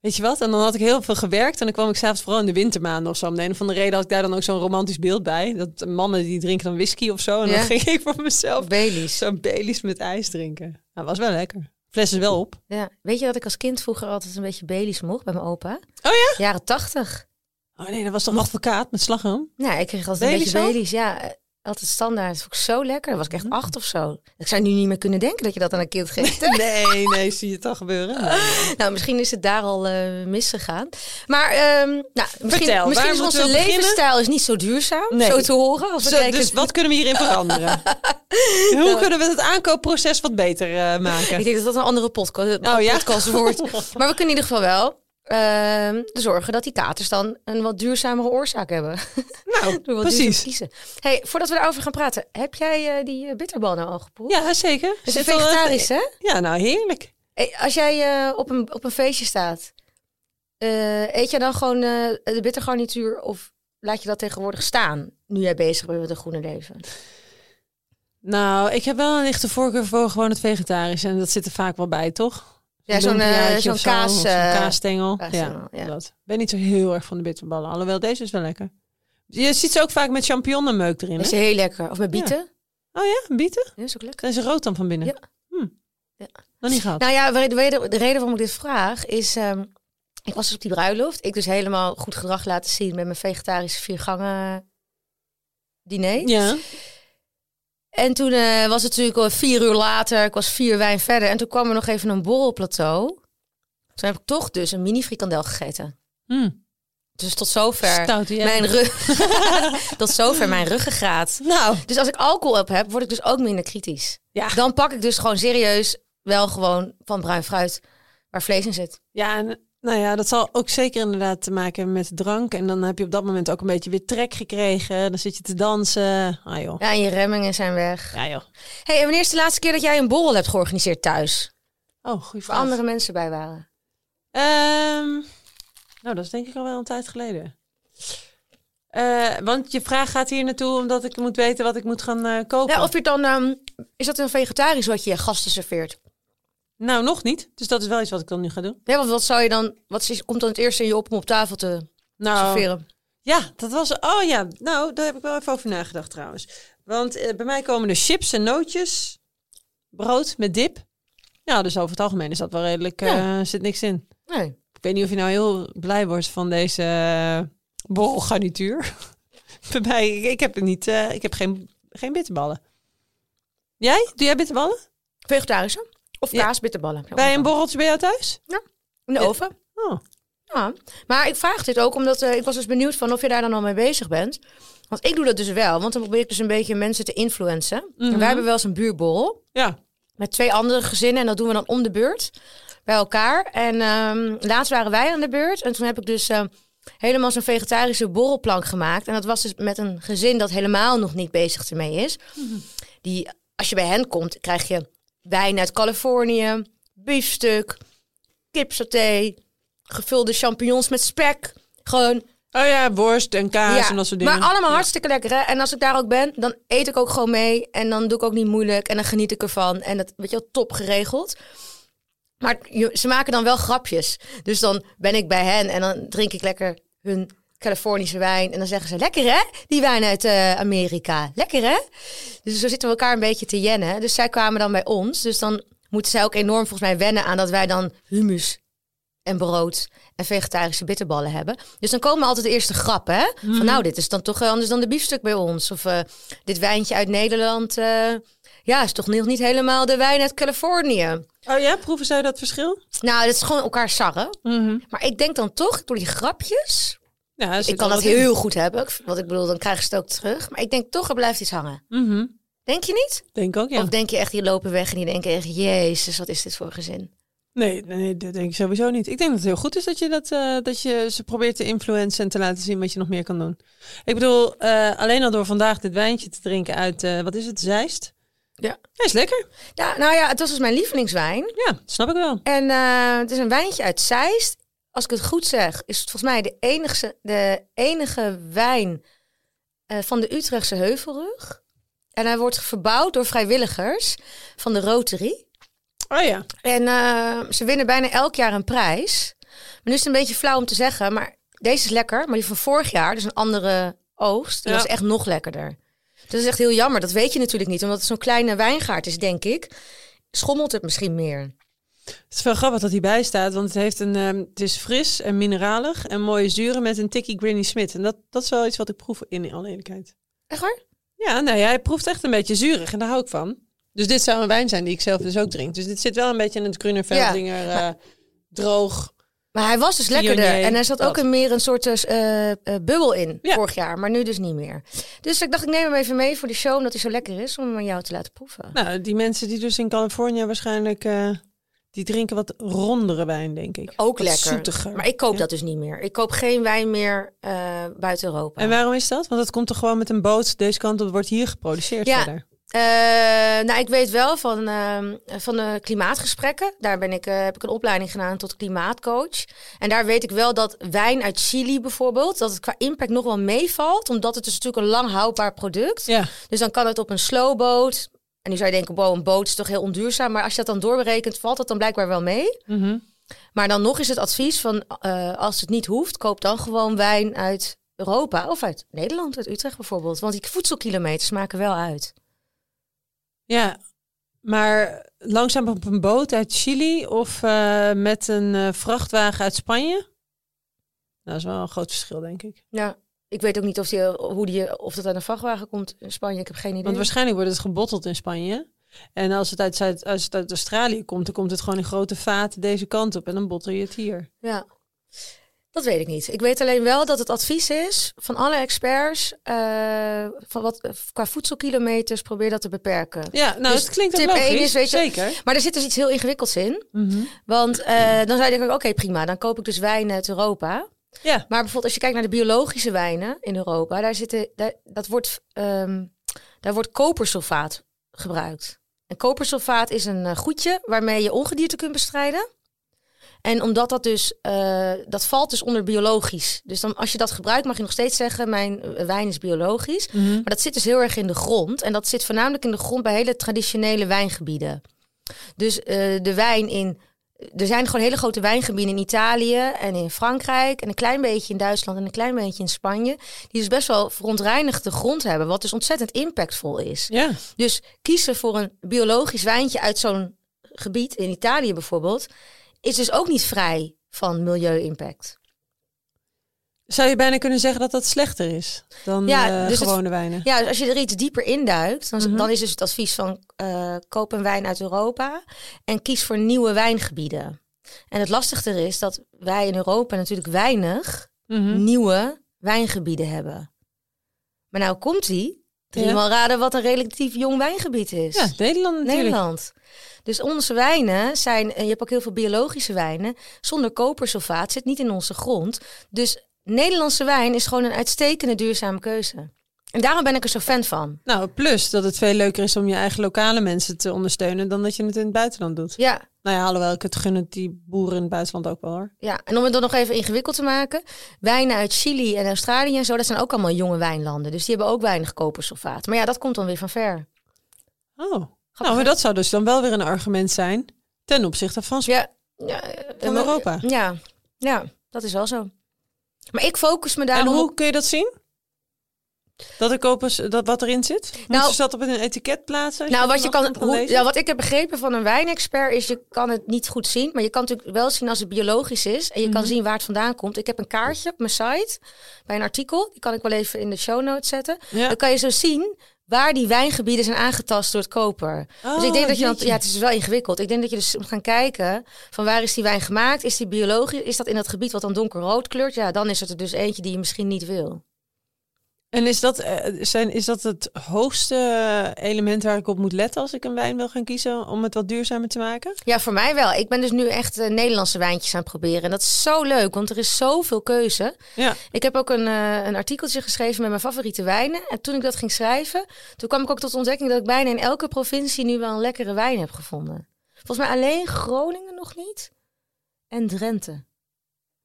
Speaker 1: weet je wat? En dan had ik heel veel gewerkt. En dan kwam ik s'avonds vooral in de wintermaanden of zo. Om de een of andere reden had ik daar dan ook zo'n romantisch beeld bij. Dat mannen die drinken dan whisky of zo. En
Speaker 2: Ja.
Speaker 1: dan ging ik voor mezelf
Speaker 2: Baileys.
Speaker 1: zo'n Baileys met ijs drinken. Nou, was wel lekker. Fles is wel op.
Speaker 2: Ja. Weet je dat ik als kind vroeger altijd een beetje Baileys mocht bij mijn opa?
Speaker 1: Oh
Speaker 2: ja? Jaren tachtig.
Speaker 1: Oh nee, dat was toch advocaat met slagroom?
Speaker 2: Nou, ik kreeg altijd
Speaker 1: Baileys
Speaker 2: een beetje
Speaker 1: ook? Hm.
Speaker 2: Baileys. Ja, eh, altijd standaard. Dat vond ik zo lekker. Dan was ik echt acht of zo. Ik zou nu niet meer kunnen denken dat je dat aan een kind geeft.
Speaker 1: Nee, nee, zie je het al gebeuren?
Speaker 2: nou, misschien is het daar al eh, misgegaan. Maar ehm, nou, misschien,
Speaker 1: Vertel, waar
Speaker 2: misschien is
Speaker 1: moeten
Speaker 2: onze
Speaker 1: we beginnen?
Speaker 2: levensstijl is niet zo duurzaam.
Speaker 1: Nee.
Speaker 2: Zo te horen. Als we
Speaker 1: Zo,
Speaker 2: kijken.
Speaker 1: dus wat kunnen we hierin veranderen? Hoe kunnen we het aankoopproces wat beter eh,
Speaker 2: Ik
Speaker 1: maken?
Speaker 2: denk dat dat een andere podcast,
Speaker 1: Oh ja?
Speaker 2: podcast wordt. maar we kunnen in ieder geval wel ehm, zorgen dat die katers dan een wat duurzamere oorzaak hebben.
Speaker 1: Nou,
Speaker 2: Door wat duurzaam
Speaker 1: precies.
Speaker 2: kiezen. Hey, voordat we daarover gaan praten, heb jij eh, die eh, bitterbal nou al geproefd?
Speaker 1: Ja, zeker.
Speaker 2: Het is
Speaker 1: Zit al, eh,
Speaker 2: vegetarisch, hè?
Speaker 1: Ja, nou heerlijk.
Speaker 2: Hey, als jij eh, op, een, op een feestje staat, eh, eet jij dan gewoon eh, de bittergarnituur of laat je dat tegenwoordig staan? Nu jij bezig bent met het groene leven.
Speaker 1: Nou, ik heb wel een lichte voorkeur voor gewoon het vegetarisch. En dat zit er vaak wel bij, toch?
Speaker 2: Ja, zo'n, eh,
Speaker 1: Lumpiaatje
Speaker 2: zo'n
Speaker 1: of zo,
Speaker 2: kaas,
Speaker 1: of zo'n
Speaker 2: eh,
Speaker 1: kaasstengel.
Speaker 2: kaasstengel, ja.
Speaker 1: eh, ja, dat. Ik ben niet zo heel erg van de bitterballen. Alhoewel, deze is wel lekker. Je ziet ze ook vaak met champignonmeuk erin,
Speaker 2: Dat is
Speaker 1: hè?
Speaker 2: heel lekker. Of met bieten. Ja.
Speaker 1: Oh ja, bieten?
Speaker 2: dat is ook
Speaker 1: Zijn
Speaker 2: lekker.
Speaker 1: ze rood dan van binnen?
Speaker 2: Ja.
Speaker 1: Hm.
Speaker 2: Ja.
Speaker 1: Nog niet gehad.
Speaker 2: Nou ja, waar- de reden de reden waarom ik dit vraag is... ehm, ik was dus op die bruiloft. Ik dus helemaal goed gedrag laten zien met mijn vegetarische viergangen diner.
Speaker 1: ja.
Speaker 2: En toen eh, was het natuurlijk al vier uur later. Ik was vier wijn verder. En toen kwam er nog even een borrelplateau. Toen heb ik toch dus een mini frikandel gegeten.
Speaker 1: Hm.
Speaker 2: Dus tot zover
Speaker 1: Stout, ja.
Speaker 2: mijn rug. tot zover mijn ruggengraat.
Speaker 1: Nou,
Speaker 2: Dus als ik alcohol op heb, word ik dus ook minder kritisch.
Speaker 1: Ja.
Speaker 2: Dan pak ik dus gewoon serieus wel gewoon van bruin fruit waar vlees in zit.
Speaker 1: Ja, en, nou ja, dat zal ook zeker inderdaad te maken hebben met drank. En dan heb je op dat moment ook een beetje weer trek gekregen. Dan zit je te dansen. Ah joh.
Speaker 2: Ja, en je remmingen zijn weg.
Speaker 1: Ja joh.
Speaker 2: hey, en wanneer is de laatste keer dat jij een borrel hebt georganiseerd thuis?
Speaker 1: Oh, goede
Speaker 2: Waar
Speaker 1: vraag.
Speaker 2: andere mensen bij waren?
Speaker 1: Ehm, nou, dat is denk ik al wel een tijd geleden. Eh, want je vraag gaat hier naartoe omdat ik moet weten wat ik moet gaan eh, kopen.
Speaker 2: Ja, of je dan, ehm, is dat een vegetarisch wat je je gasten serveert?
Speaker 1: Nou, nog niet. Dus dat is wel iets wat ik dan nu ga doen.
Speaker 2: Ja, want wat zou je dan, wat is, komt dan het eerste in je op om op tafel te
Speaker 1: Nou,
Speaker 2: serveren?
Speaker 1: Ja, dat was. Oh ja, nou, daar heb ik wel even over nagedacht trouwens. Want eh, bij mij komen er chips en nootjes. brood met dip. Ja, dus over het algemeen is dat wel redelijk,
Speaker 2: Ja.
Speaker 1: eh, zit niks in.
Speaker 2: Nee.
Speaker 1: Ik weet niet of je nou heel blij wordt van deze eh, borrelgarnituur. Bij mij, ik, ik heb er niet, eh, ik heb geen, geen bitterballen. Jij? Doe jij bitterballen?
Speaker 2: Vegetarische of
Speaker 1: Ja.
Speaker 2: kaas, bitterballen. Ja,
Speaker 1: Bij een
Speaker 2: ook
Speaker 1: borreltje bij jou thuis?
Speaker 2: wel. In de oven.
Speaker 1: Oh.
Speaker 2: Ja, maar ik vraag dit ook omdat eh, ik was dus benieuwd van of je daar dan al mee bezig bent. Want ik doe dat dus wel, want dan probeer ik dus een beetje mensen te influencen. En
Speaker 1: Mhm.
Speaker 2: wij hebben wel eens een buurborrel
Speaker 1: Ja.
Speaker 2: met twee andere gezinnen en dat doen we dan om de beurt bij elkaar. En ehm, laatst waren wij aan de beurt en toen heb ik dus ehm, helemaal zo'n vegetarische borrelplank gemaakt. En dat was dus met een gezin dat helemaal nog niet bezig ermee is. Die, als je bij hen komt, krijg je wijn uit Californië, biefstuk, kipsaté, gevulde champignons met spek. Gewoon,
Speaker 1: Oh ja, worst en kaas en dat soort dingen.
Speaker 2: maar allemaal hartstikke lekker. Hè? En als ik daar ook ben, dan eet ik ook gewoon mee. En dan doe ik ook niet moeilijk. En dan geniet ik ervan. En dat, weet je wel, top geregeld. Maar je- ze maken dan wel grapjes. Dus dan ben ik bij hen en dan drink ik lekker hun Californische wijn. En dan zeggen ze, lekker hè, die wijn uit eh, Amerika. Lekker hè? Dus zo zitten we elkaar een beetje te jennen. Dus zij kwamen dan bij ons. Dus dan moeten zij ook enorm volgens mij wennen aan dat wij dan humus en brood en vegetarische bitterballen hebben. Dus dan komen altijd de eerste grappen. Hè?
Speaker 1: Mhm.
Speaker 2: Van nou, dit is dan toch anders dan de biefstuk bij ons. Of eh, dit wijntje uit Nederland. eh, ja, is toch nog niet helemaal de wijn uit Californië.
Speaker 1: Oh ja, proeven zij dat verschil?
Speaker 2: Nou, dat is gewoon elkaar sarren.
Speaker 1: Mhm.
Speaker 2: Maar ik denk dan toch, door die grapjes...
Speaker 1: Ja, er zit
Speaker 2: ik kan
Speaker 1: wel
Speaker 2: dat
Speaker 1: wat in.
Speaker 2: heel goed hebben. Ik- Want ik bedoel, dan krijgen ze het ook terug. Maar ik denk toch, er blijft iets hangen.
Speaker 1: Mhm.
Speaker 2: Denk je niet?
Speaker 1: Denk ook, ja.
Speaker 2: Of denk je echt, die lopen weg en die denken echt... Jezus, wat is dit voor gezin?
Speaker 1: Nee, nee, nee, dat denk ik sowieso niet. Ik denk dat het heel goed is dat je, dat, eh, dat je ze probeert te influencen en te laten zien wat je nog meer kan doen. Ik bedoel, eh, alleen al door vandaag dit wijntje te drinken uit, eh, wat is het, Zeist?
Speaker 2: Ja.
Speaker 1: Hij is lekker.
Speaker 2: Ja, nou ja, het was dus mijn lievelingswijn.
Speaker 1: Ja, snap ik wel.
Speaker 2: En eh, het is een wijntje uit Zeist. Als ik het goed zeg, is het volgens mij de enige, de enige wijn eh, van de Utrechtse Heuvelrug. En hij wordt verbouwd door vrijwilligers van de Rotary.
Speaker 1: Oh ja.
Speaker 2: En eh, ze winnen bijna elk jaar een prijs. Maar nu is het een beetje flauw om te zeggen, maar deze is lekker. Maar die van vorig jaar, dus een andere oogst, die
Speaker 1: Ja.
Speaker 2: was echt nog lekkerder. Dus Dat is echt heel jammer. Dat weet je natuurlijk niet, omdat het zo'n kleine wijngaard is, denk ik. Schommelt het misschien meer.
Speaker 1: Het is wel grappig dat hij bij staat, want het, heeft een, ehm, het is fris en mineralig en mooie zuren met een tikkie Granny Smith. En dat, dat is wel iets wat ik proef in alle eerlijkheid.
Speaker 2: Echt waar?
Speaker 1: Ja, nou ja, hij proeft echt een beetje zuurig en daar hou ik van. Dus dit zou een wijn zijn die ik zelf dus ook drink. Dus dit zit wel een beetje in het Grunenveldinger eh, droog.
Speaker 2: Maar hij was dus lekkerder.
Speaker 1: Pionier,
Speaker 2: en er zat ook
Speaker 1: dat.
Speaker 2: een, meer een soort eh, eh, bubbel in
Speaker 1: Ja.
Speaker 2: vorig jaar, maar nu dus niet meer. Dus ik dacht, ik neem hem even mee voor de show, omdat hij zo lekker is, om hem aan jou te laten proeven.
Speaker 1: Nou, die mensen die dus in Californië waarschijnlijk... eh, die drinken wat rondere wijn, denk ik.
Speaker 2: Ook
Speaker 1: Wat
Speaker 2: lekker.
Speaker 1: zoetiger.
Speaker 2: Maar ik koop
Speaker 1: Ja.
Speaker 2: dat dus niet meer. Ik koop geen wijn meer eh, buiten Europa.
Speaker 1: En waarom is dat? Want dat komt toch gewoon met een boot deze kant op. wordt hier geproduceerd
Speaker 2: Ja.
Speaker 1: verder.
Speaker 2: Eh, nou, ik weet wel van, ehm, van de klimaatgesprekken. Daar ben ik, eh, heb ik een opleiding gedaan tot klimaatcoach. En daar weet ik wel dat wijn uit Chili bijvoorbeeld, dat het qua impact nog wel meevalt. Omdat het dus natuurlijk een lang houdbaar product.
Speaker 1: Ja.
Speaker 2: Dus dan kan het op een slowboot. En nu zou je denken, wow, een boot is toch heel onduurzaam. Maar als je dat dan doorberekent, valt dat dan blijkbaar wel mee.
Speaker 1: Mhm.
Speaker 2: Maar dan nog is het advies van, eh, als het niet hoeft, koop dan gewoon wijn uit Europa. Of uit Nederland, uit Utrecht bijvoorbeeld. Want die voedselkilometers maken wel uit.
Speaker 1: Ja, maar langzaam op een boot uit Chili of eh, met een eh, vrachtwagen uit Spanje? Nou, Dat is wel een groot verschil, denk ik.
Speaker 2: Nou, ik weet ook niet of, die, hoe die, of dat uit een vrachtwagen komt in Spanje. Ik heb geen idee.
Speaker 1: Want waarschijnlijk wordt het gebotteld in Spanje. En als het uit, Zuid- als het uit Australië komt, dan komt het gewoon in grote vaten deze kant op. En dan bottel je het hier.
Speaker 2: Ja. Dat weet ik niet. Ik weet alleen wel dat het advies is van alle experts eh, van wat, qua voedselkilometers probeer dat te beperken.
Speaker 1: Ja, nou,
Speaker 2: Dus
Speaker 1: het klinkt ook
Speaker 2: tip één
Speaker 1: logisch.
Speaker 2: is, weet je-
Speaker 1: Zeker.
Speaker 2: Maar er zit dus iets heel ingewikkelds in.
Speaker 1: Mhm.
Speaker 2: Want eh, dan zou je denken, oké prima, dan koop ik dus wijn uit Europa.
Speaker 1: Ja.
Speaker 2: Maar bijvoorbeeld als je kijkt naar de biologische wijnen in Europa, daar, zitten, daar, dat wordt, ehm, daar wordt kopersulfaat gebruikt. En kopersulfaat is een eh, goedje waarmee je ongedierte kunt bestrijden. En omdat dat dus, eh, dat valt dus onder biologisch. Dus dan, als je dat gebruikt mag je nog steeds zeggen, mijn eh, wijn is biologisch.
Speaker 1: Mhm.
Speaker 2: Maar dat zit dus heel erg in de grond. En dat zit voornamelijk in de grond bij hele traditionele wijngebieden. Dus eh, de wijn in er zijn gewoon hele grote wijngebieden in Italië en in Frankrijk en een klein beetje in Duitsland en een klein beetje in Spanje. Die dus best wel verontreinigde grond hebben, wat dus ontzettend impactvol is.
Speaker 1: Ja.
Speaker 2: Dus kiezen voor een biologisch wijntje uit zo'n gebied, in Italië bijvoorbeeld, is dus ook niet vrij van milieu-impact.
Speaker 1: Zou je bijna kunnen zeggen dat dat slechter is dan
Speaker 2: Ja,
Speaker 1: eh,
Speaker 2: dus het-
Speaker 1: gewone wijnen?
Speaker 2: Ja, dus als je er iets dieper induikt, dan,
Speaker 1: Mhm.
Speaker 2: dan is dus het advies van eh, koop een wijn uit Europa en kies voor nieuwe wijngebieden. En het lastige er is dat wij in Europa natuurlijk weinig
Speaker 1: Mhm.
Speaker 2: nieuwe wijngebieden hebben. Maar nou komt die. Driemaal raden wat een relatief jong wijngebied is.
Speaker 1: Ja, Nederland natuurlijk.
Speaker 2: Nederland. Dus onze wijnen zijn, en je hebt ook heel veel biologische wijnen, zonder kopersulfaat, zit niet in onze grond. Dus Nederlandse wijn is gewoon een uitstekende duurzame keuze. En daarom ben ik er zo fan van.
Speaker 1: Nou, plus dat het veel leuker is om je eigen lokale mensen te ondersteunen dan dat je het in het buitenland doet.
Speaker 2: Ja,
Speaker 1: Nou ja, alhoewel ik het gun het die boeren in het buitenland ook wel hoor.
Speaker 2: ja. En om het dan nog even ingewikkeld te maken, wijnen uit Chili en Australië en zo, dat zijn ook allemaal jonge wijnlanden. Dus die hebben ook weinig kopersulfaat. Maar ja, dat komt dan weer van ver.
Speaker 1: Oh. nou,
Speaker 2: hè?
Speaker 1: maar dat zou dus dan wel weer een argument zijn ten opzichte van Sp-
Speaker 2: Dus Ja, ja eh,
Speaker 1: Van
Speaker 2: maar-
Speaker 1: Europa.
Speaker 2: Ja, ja, dat is wel zo. Maar ik focus me daarom
Speaker 1: En hoe
Speaker 2: op-
Speaker 1: kun je dat zien? Dat er kopers, dat wat erin zit? Moeten
Speaker 2: Nou-
Speaker 1: ze dat op een etiket plaatsen? als
Speaker 2: Nou, wat, je
Speaker 1: het
Speaker 2: kan,
Speaker 1: vanaf
Speaker 2: hoe,
Speaker 1: lezen?
Speaker 2: ja, wat ik heb begrepen van een wijnexpert is, je kan het niet goed zien. Maar je kan natuurlijk wel zien als het biologisch is. En je
Speaker 1: Mhm.
Speaker 2: kan zien waar het vandaan komt. Ik heb een kaartje op mijn site bij een artikel. Die kan ik wel even in de show notes zetten.
Speaker 1: Ja.
Speaker 2: Dan kan je zo zien waar die wijngebieden zijn aangetast door het koper. dus ik
Speaker 1: Oh,
Speaker 2: denk dat je dan,
Speaker 1: jeetje.
Speaker 2: ja, het is wel ingewikkeld. Ik denk dat je dus moet gaan kijken van waar is die wijn gemaakt? Is die biologisch? Is dat in dat gebied wat dan donkerrood kleurt? Ja, dan is het er dus eentje die je misschien niet wil.
Speaker 1: En is dat, eh, zijn, is dat het hoogste eh, element waar ik op moet letten als ik een wijn wil gaan kiezen om het wat duurzamer te maken?
Speaker 2: Ja, voor mij wel. Ik ben dus nu echt eh, Nederlandse wijntjes aan het proberen. En dat is zo leuk, want er is zoveel keuze.
Speaker 1: Ja.
Speaker 2: Ik heb ook een, eh, een artikeltje geschreven met mijn favoriete wijnen. En toen ik dat ging schrijven, toen kwam ik ook tot de ontdekking dat ik bijna in elke provincie nu wel een lekkere wijn heb gevonden. Volgens mij alleen Groningen nog niet. En Drenthe.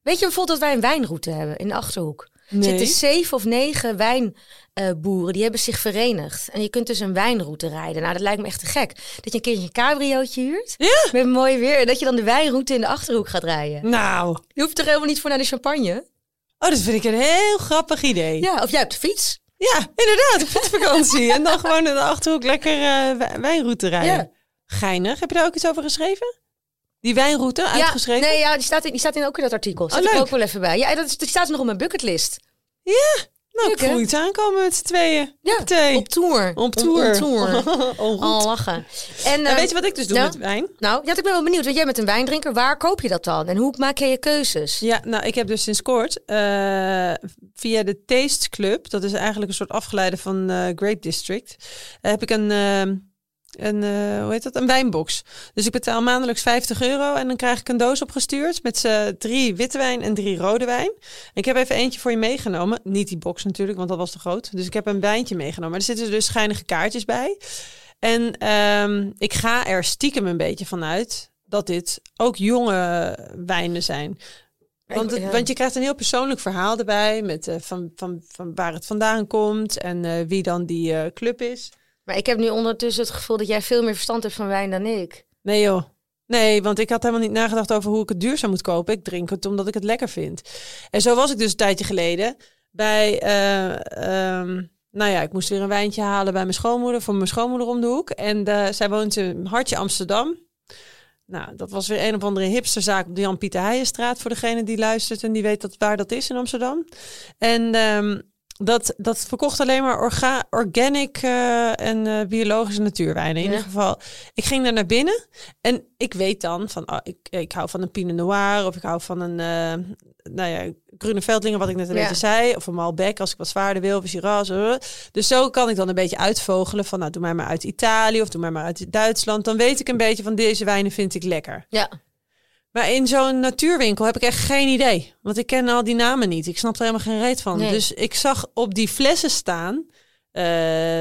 Speaker 2: Weet je bijvoorbeeld dat wij een wijnroute hebben in de Achterhoek?
Speaker 1: Nee.
Speaker 2: Er zitten zeven of negen wijnboeren, eh, die hebben zich verenigd. En je kunt dus een wijnroute rijden. Nou, dat lijkt me echt te gek. Dat je een keertje een cabriootje huurt,
Speaker 1: Ja.
Speaker 2: met mooi weer. En dat je dan de wijnroute in de Achterhoek gaat rijden.
Speaker 1: Nou,
Speaker 2: Je hoeft er helemaal niet voor naar de champagne.
Speaker 1: oh, dat vind ik een heel grappig idee.
Speaker 2: Ja, of jij hebt de fiets.
Speaker 1: Ja, inderdaad, op fietsvakantie. en dan gewoon in de Achterhoek lekker eh, wij- wijnroute rijden.
Speaker 2: Ja.
Speaker 1: Geinig. Heb je daar ook iets over geschreven? Die wijnroute uitgeschreven?
Speaker 2: Ja, nee, ja, die staat, in, die staat in ook in dat artikel. Zet
Speaker 1: Oh,
Speaker 2: ik
Speaker 1: leuk.
Speaker 2: ook wel even bij. Ja, dat, is- die staat nog op mijn bucketlist.
Speaker 1: Ja, nou,
Speaker 2: Leuk,
Speaker 1: ik voel
Speaker 2: hè?
Speaker 1: iets aankomen met z'n tweeën.
Speaker 2: Ja,
Speaker 1: op thee.
Speaker 2: Op tour.
Speaker 1: Op tour.
Speaker 2: Op tour.
Speaker 1: Oh, goed.
Speaker 2: Al lachen. En,
Speaker 1: En
Speaker 2: ehm,
Speaker 1: weet je wat ik dus doe
Speaker 2: ja?
Speaker 1: met wijn?
Speaker 2: Nou, ja, ik ben wel benieuwd. Want jij bent een wijndrinker. Waar koop je dat dan? En hoe maak jij je keuzes?
Speaker 1: Ja, nou, ik heb dus sinds kort eh, via de Taste Club, dat is eigenlijk een soort afgeleide van eh, Grape District, eh, heb ik een, eh, een, eh, hoe heet dat? een wijnbox. Dus ik betaal maandelijks 50 euro en dan krijg ik een doos opgestuurd met eh, drie witte wijn en drie rode wijn. Ik heb even eentje voor je meegenomen. Niet die box natuurlijk, want dat was te groot. Dus ik heb een wijntje meegenomen. Maar er zitten dus schijnige kaartjes bij. En ehm, ik ga er stiekem een beetje van uit dat dit ook jonge wijnen zijn. Want, het-
Speaker 2: ja.
Speaker 1: want je krijgt een heel persoonlijk verhaal erbij. Met, eh, van, van, van waar het vandaan komt en eh, wie dan die eh, club is.
Speaker 2: Maar ik heb nu ondertussen het gevoel dat jij veel meer verstand hebt van wijn dan ik.
Speaker 1: Nee joh. Nee, want ik had helemaal niet nagedacht over hoe ik het duurzaam moet kopen. Ik drink het omdat ik het lekker vind. En zo was ik dus een tijdje geleden bij... eh, ehm, nou ja, ik moest weer een wijntje halen bij mijn schoonmoeder. Voor mijn schoonmoeder om de hoek. En eh, zij woont in Hartje, Amsterdam. Nou, dat was weer een of andere hipsterzaak op de Jan-Pieter Heijenstraat. Voor degene die luistert en die weet dat, waar dat is in Amsterdam. En ehm, dat, dat verkocht alleen maar orga organic eh, en eh, biologische natuurwijnen. In
Speaker 2: Ja.
Speaker 1: ieder geval, ik ging daar naar binnen. En ik weet dan van, ah, ik, ik hou van een Pinot Noir of ik hou van een, eh nou ja, Groene Veldlinger, wat ik net al
Speaker 2: Ja.
Speaker 1: even zei. Of een Malbec als ik wat zwaarder wil, of een Shiraz. eh. Dus zo kan ik dan een beetje uitvogelen van, nou doe mij maar uit Italië of doe mij maar uit Duitsland. Dan weet ik een beetje van deze wijnen vind ik lekker.
Speaker 2: Ja.
Speaker 1: Maar in zo'n natuurwinkel heb ik echt geen idee. Want ik ken al die namen niet. Ik snap er helemaal geen reet van.
Speaker 2: Nee.
Speaker 1: Dus ik zag op die flessen staan eh,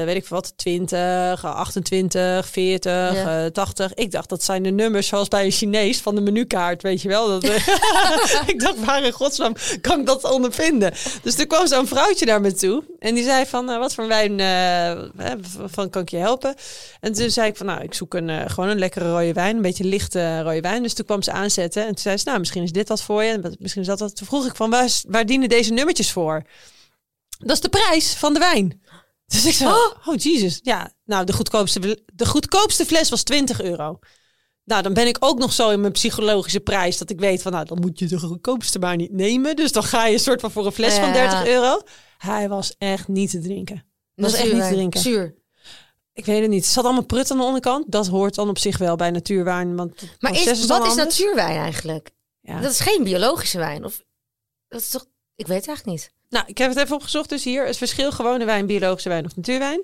Speaker 1: weet ik veel wat, 20, eh, 28, 40,
Speaker 2: Ja.
Speaker 1: eh, 80. Ik dacht, dat zijn de nummers zoals bij een Chinees van de menukaart, weet je wel. Dat, ik dacht, waar in godsnaam kan ik dat ondervinden? Dus toen kwam zo'n vrouwtje naar me toe en die zei van, eh, wat voor wijn eh, eh, van kan ik je helpen? En toen zei ik van, nou, ik zoek een, eh, gewoon een lekkere rode wijn, een beetje lichte rode wijn. Dus toen kwam ze aanzetten en toen zei ze, nou, misschien is dit wat voor je, en wat- misschien is dat wat. Toen vroeg ik van, waar, is- waar dienen deze nummertjes voor? Dat is de prijs van de wijn. Dus ik zei, oh, Jesus. Ja, nou, de goedkoopste, de goedkoopste fles was 20 euro. Nou, dan ben ik ook nog zo in mijn psychologische prijs dat ik weet van, nou, dan moet je de goedkoopste maar niet nemen. Dus dan ga je een soort van voor een fles van
Speaker 2: Ja.
Speaker 1: 30 euro. Hij was echt niet te drinken. Was echt niet te
Speaker 2: Natuurwijn.
Speaker 1: drinken.
Speaker 2: Zuur.
Speaker 1: Ik weet het niet. Er zat allemaal prut aan de onderkant. Dat hoort dan op zich wel bij natuurwijn. Want het
Speaker 2: Maar
Speaker 1: proces
Speaker 2: is,
Speaker 1: dan
Speaker 2: wat is
Speaker 1: anders.
Speaker 2: natuurwijn eigenlijk?
Speaker 1: Ja.
Speaker 2: Dat is geen biologische wijn. Of, dat is toch, ik weet het eigenlijk niet.
Speaker 1: Nou, ik heb het even opgezocht. Dus hier het verschil gewone wijn, biologische wijn of natuurwijn.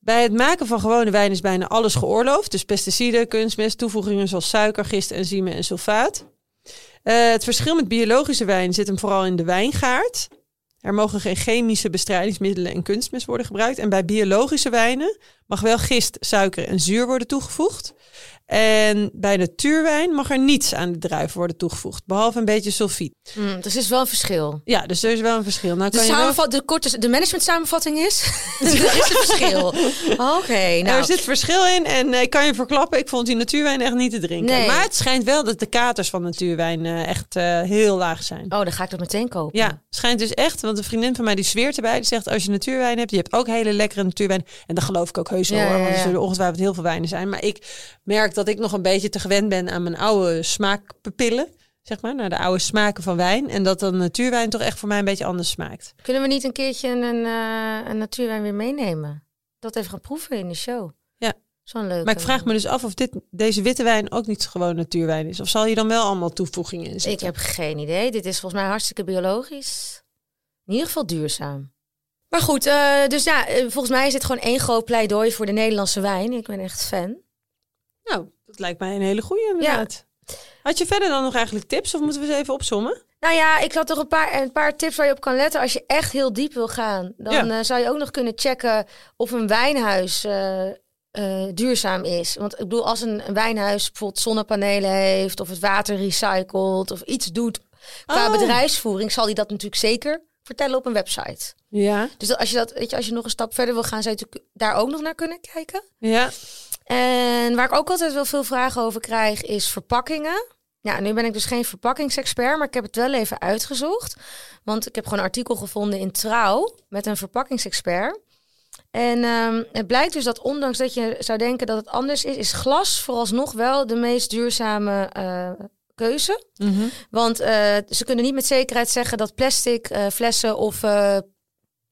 Speaker 1: Bij het maken van gewone wijn is bijna alles geoorloofd. Dus pesticiden, kunstmest, toevoegingen zoals suiker, gist, enzymen en sulfaat. Eh, het verschil met biologische wijn zit hem vooral in de wijngaard. Er mogen geen chemische bestrijdingsmiddelen en kunstmest worden gebruikt. En bij biologische wijnen mag wel gist, suiker en zuur worden toegevoegd. En bij natuurwijn mag er niets aan de druif worden toegevoegd, behalve een beetje sulfiet.
Speaker 2: Mm, dus er is wel een verschil.
Speaker 1: Ja, dus er is wel een verschil. Nou,
Speaker 2: De,
Speaker 1: kan je wel
Speaker 2: samenvat, de, korte, de management samenvatting is? er is een verschil. Oké, nou.
Speaker 1: Er zit verschil in en eh, ik kan je verklappen, ik vond die natuurwijn echt niet te drinken.
Speaker 2: Nee.
Speaker 1: Maar het schijnt wel dat de katers van natuurwijn eh, echt eh, heel laag zijn.
Speaker 2: Oh, dan ga ik dat meteen kopen.
Speaker 1: Ja, schijnt dus echt, want een vriendin van mij die zweert erbij, die zegt als je natuurwijn hebt, je hebt ook hele lekkere natuurwijn. En dat geloof ik ook heus wel,
Speaker 2: Ja,
Speaker 1: hoor,
Speaker 2: ja,
Speaker 1: want er
Speaker 2: ja.
Speaker 1: zullen ongetwijfeld heel veel wijnen zijn. Maar ik merk dat ik nog een beetje te gewend ben aan mijn oude smaakpapillen, zeg maar, naar de oude smaken van wijn. En dat dan natuurwijn toch echt voor mij een beetje anders smaakt.
Speaker 2: Kunnen we niet een keertje een, een, eh, een natuurwijn weer meenemen? Dat even gaan proeven in de show.
Speaker 1: Ja.
Speaker 2: Zo'n leuke.
Speaker 1: Maar ik vraag me dus af of dit, deze witte wijn ook niet gewoon natuurwijn is. Of zal je dan wel allemaal toevoegingen in
Speaker 2: Ik
Speaker 1: zitten?
Speaker 2: heb geen idee. Dit is volgens mij hartstikke biologisch. In ieder geval duurzaam. Maar goed, eh, dus ja, eh, volgens mij is dit gewoon één groot pleidooi voor de Nederlandse wijn. Ik ben echt fan.
Speaker 1: Nou, dat lijkt mij een hele goeie inderdaad. Had je verder dan nog eigenlijk tips of moeten we ze even opsommen?
Speaker 2: Nou ja, ik had toch een paar, een paar tips waar je op kan letten. Als je echt heel diep wil gaan, dan
Speaker 1: Ja.
Speaker 2: eh, zou je ook nog kunnen checken of een wijnhuis eh, eh, duurzaam is. Want ik bedoel, als een, een wijnhuis bijvoorbeeld zonnepanelen heeft, of het water recycelt, of iets doet qua
Speaker 1: Oh.
Speaker 2: bedrijfsvoering, zal die dat natuurlijk zeker vertellen op een website.
Speaker 1: Ja.
Speaker 2: Dus dat- als je, dat, weet je, als je nog een stap verder wil gaan, zou je natuurlijk daar ook nog naar kunnen kijken.
Speaker 1: Ja.
Speaker 2: En waar ik ook altijd wel veel vragen over krijg, is verpakkingen. Ja, nu ben ik dus geen verpakkingsexpert, maar ik heb het wel even uitgezocht. Want ik heb gewoon een artikel gevonden in Trouw met een verpakkingsexpert. En ehm, het blijkt dus dat ondanks dat je zou denken dat het anders is, is glas vooralsnog wel de meest duurzame eh, keuze. Want eh, ze kunnen niet met zekerheid zeggen dat plastic eh, flessen of eh,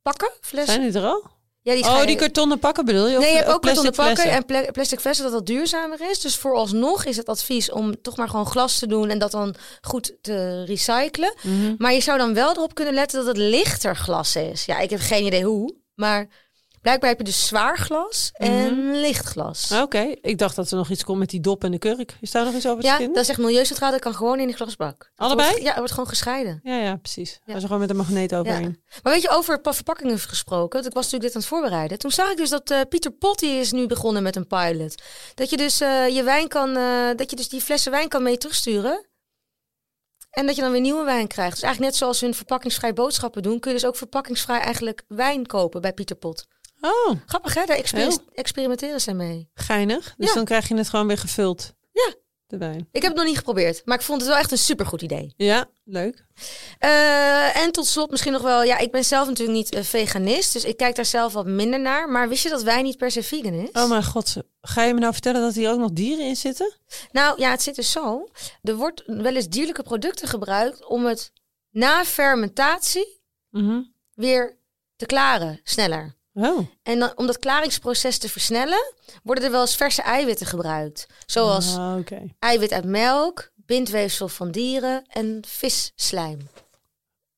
Speaker 2: pakken flessen.
Speaker 1: Zijn die er al?
Speaker 2: Ja, die
Speaker 1: oh,
Speaker 2: schijnen-
Speaker 1: die kartonnen pakken bedoel je? Of-
Speaker 2: Nee, je hebt
Speaker 1: of
Speaker 2: ook kartonnen
Speaker 1: plastic
Speaker 2: pakken
Speaker 1: flessen?
Speaker 2: en pla- plastic flessen dat dat duurzamer is. Dus vooralsnog is het advies om toch maar gewoon glas te doen en dat dan goed te recyclen.
Speaker 1: Mhm.
Speaker 2: Maar je zou dan wel erop kunnen letten dat het lichter glas is. Ja, ik heb geen idee hoe, maar blijkbaar heb je dus zwaar glas en
Speaker 1: Mhm.
Speaker 2: licht glas.
Speaker 1: Oké, ik dacht dat er nog iets komt met die dop en de kurk. Is daar nog iets over te
Speaker 2: Ja,
Speaker 1: vinden?
Speaker 2: dat is echt milieucentraal, dat kan gewoon in de glasbak. Het
Speaker 1: Allebei?
Speaker 2: wordt- ja, het wordt gewoon gescheiden.
Speaker 1: Ja, ja, precies.
Speaker 2: Ja.
Speaker 1: Als er gewoon met een magneet overheen.
Speaker 2: Maar weet je, over pa- verpakkingen gesproken, want ik was natuurlijk dit aan het voorbereiden. Toen zag ik dus dat eh, Pieter Pot die is nu begonnen met een pilot. Dat je dus eh, je wijn kan, eh, dat je dus die flessen wijn kan mee terugsturen. En dat je dan weer nieuwe wijn krijgt. Dus eigenlijk net zoals hun verpakkingsvrij boodschappen doen, kun je dus ook verpakkingsvrij eigenlijk wijn kopen bij Pieter Pot.
Speaker 1: Oh,
Speaker 2: Grappig hè, daar exper-
Speaker 1: Heel.
Speaker 2: experimenteren ze mee.
Speaker 1: geinig. Dus
Speaker 2: Ja.
Speaker 1: dan krijg je het gewoon weer gevuld.
Speaker 2: Ja.
Speaker 1: De wijn.
Speaker 2: Ik heb het nog niet geprobeerd, maar ik vond het wel echt een supergoed idee.
Speaker 1: Ja, leuk.
Speaker 2: Dus- Eh, en tot slot misschien nog wel, ja, ik ben zelf natuurlijk niet eh, veganist, dus ik kijk daar zelf wat minder naar. Maar wist je dat wij niet per se vegan is?
Speaker 1: Oh mijn god, ga je me nou vertellen dat hier ook nog dieren in zitten?
Speaker 2: Nou ja, het zit dus zo. Er wordt wel eens dierlijke producten gebruikt om het na fermentatie
Speaker 1: Mhm.
Speaker 2: weer te klaren, sneller.
Speaker 1: Oh,
Speaker 2: En dan, om dat klaringsproces te versnellen, worden er wel eens verse eiwitten gebruikt. Zoals
Speaker 1: Ah, oké.
Speaker 2: eiwit uit melk, bindweefsel van dieren en visslijm.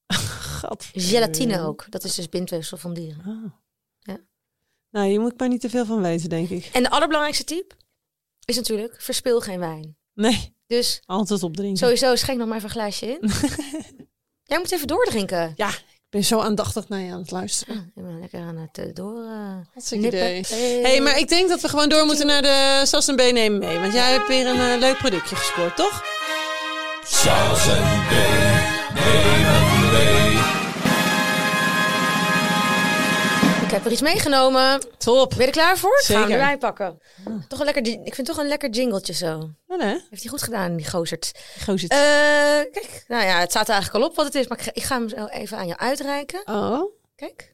Speaker 1: Gadver-
Speaker 2: Gelatine
Speaker 1: Eh.
Speaker 2: ook, dat is dus bindweefsel van dieren.
Speaker 1: Ah.
Speaker 2: Ja.
Speaker 1: Nou, hier moet ik maar niet te veel van weten, denk ik.
Speaker 2: En de allerbelangrijkste tip is natuurlijk, verspil geen wijn.
Speaker 1: Nee,
Speaker 2: Dus
Speaker 1: altijd opdrinken.
Speaker 2: sowieso schenk nog maar even een glaasje in. Jij moet even doordrinken.
Speaker 1: Ja, ben zo aandachtig naar je aan het luisteren.
Speaker 2: Ik ben lekker aan het eh, door. eh,
Speaker 1: Hartstikke
Speaker 2: nippen.
Speaker 1: idee.
Speaker 2: Hey.
Speaker 1: hey, maar ik denk dat we gewoon door moeten naar de Sas en B nemen mee. Want jij hebt weer een eh, leuk productje gescoord, toch?
Speaker 3: Sas en B nemen mee.
Speaker 2: Ik heb er iets meegenomen.
Speaker 1: Top.
Speaker 2: Ben je er klaar voor? Gaan we
Speaker 1: Zeker. Ah.
Speaker 2: erbij pakken. Toch een lekker, di- ik vind toch een lekker jingletje zo.
Speaker 1: Ja, hè?
Speaker 2: Heeft hij goed gedaan, die gozert.
Speaker 1: Gozer.
Speaker 2: Eh, kijk, nou ja, het staat er eigenlijk al op wat het is. Maar ik ga, ik ga hem zo even aan jou uitreiken.
Speaker 1: oh.
Speaker 2: Kijk.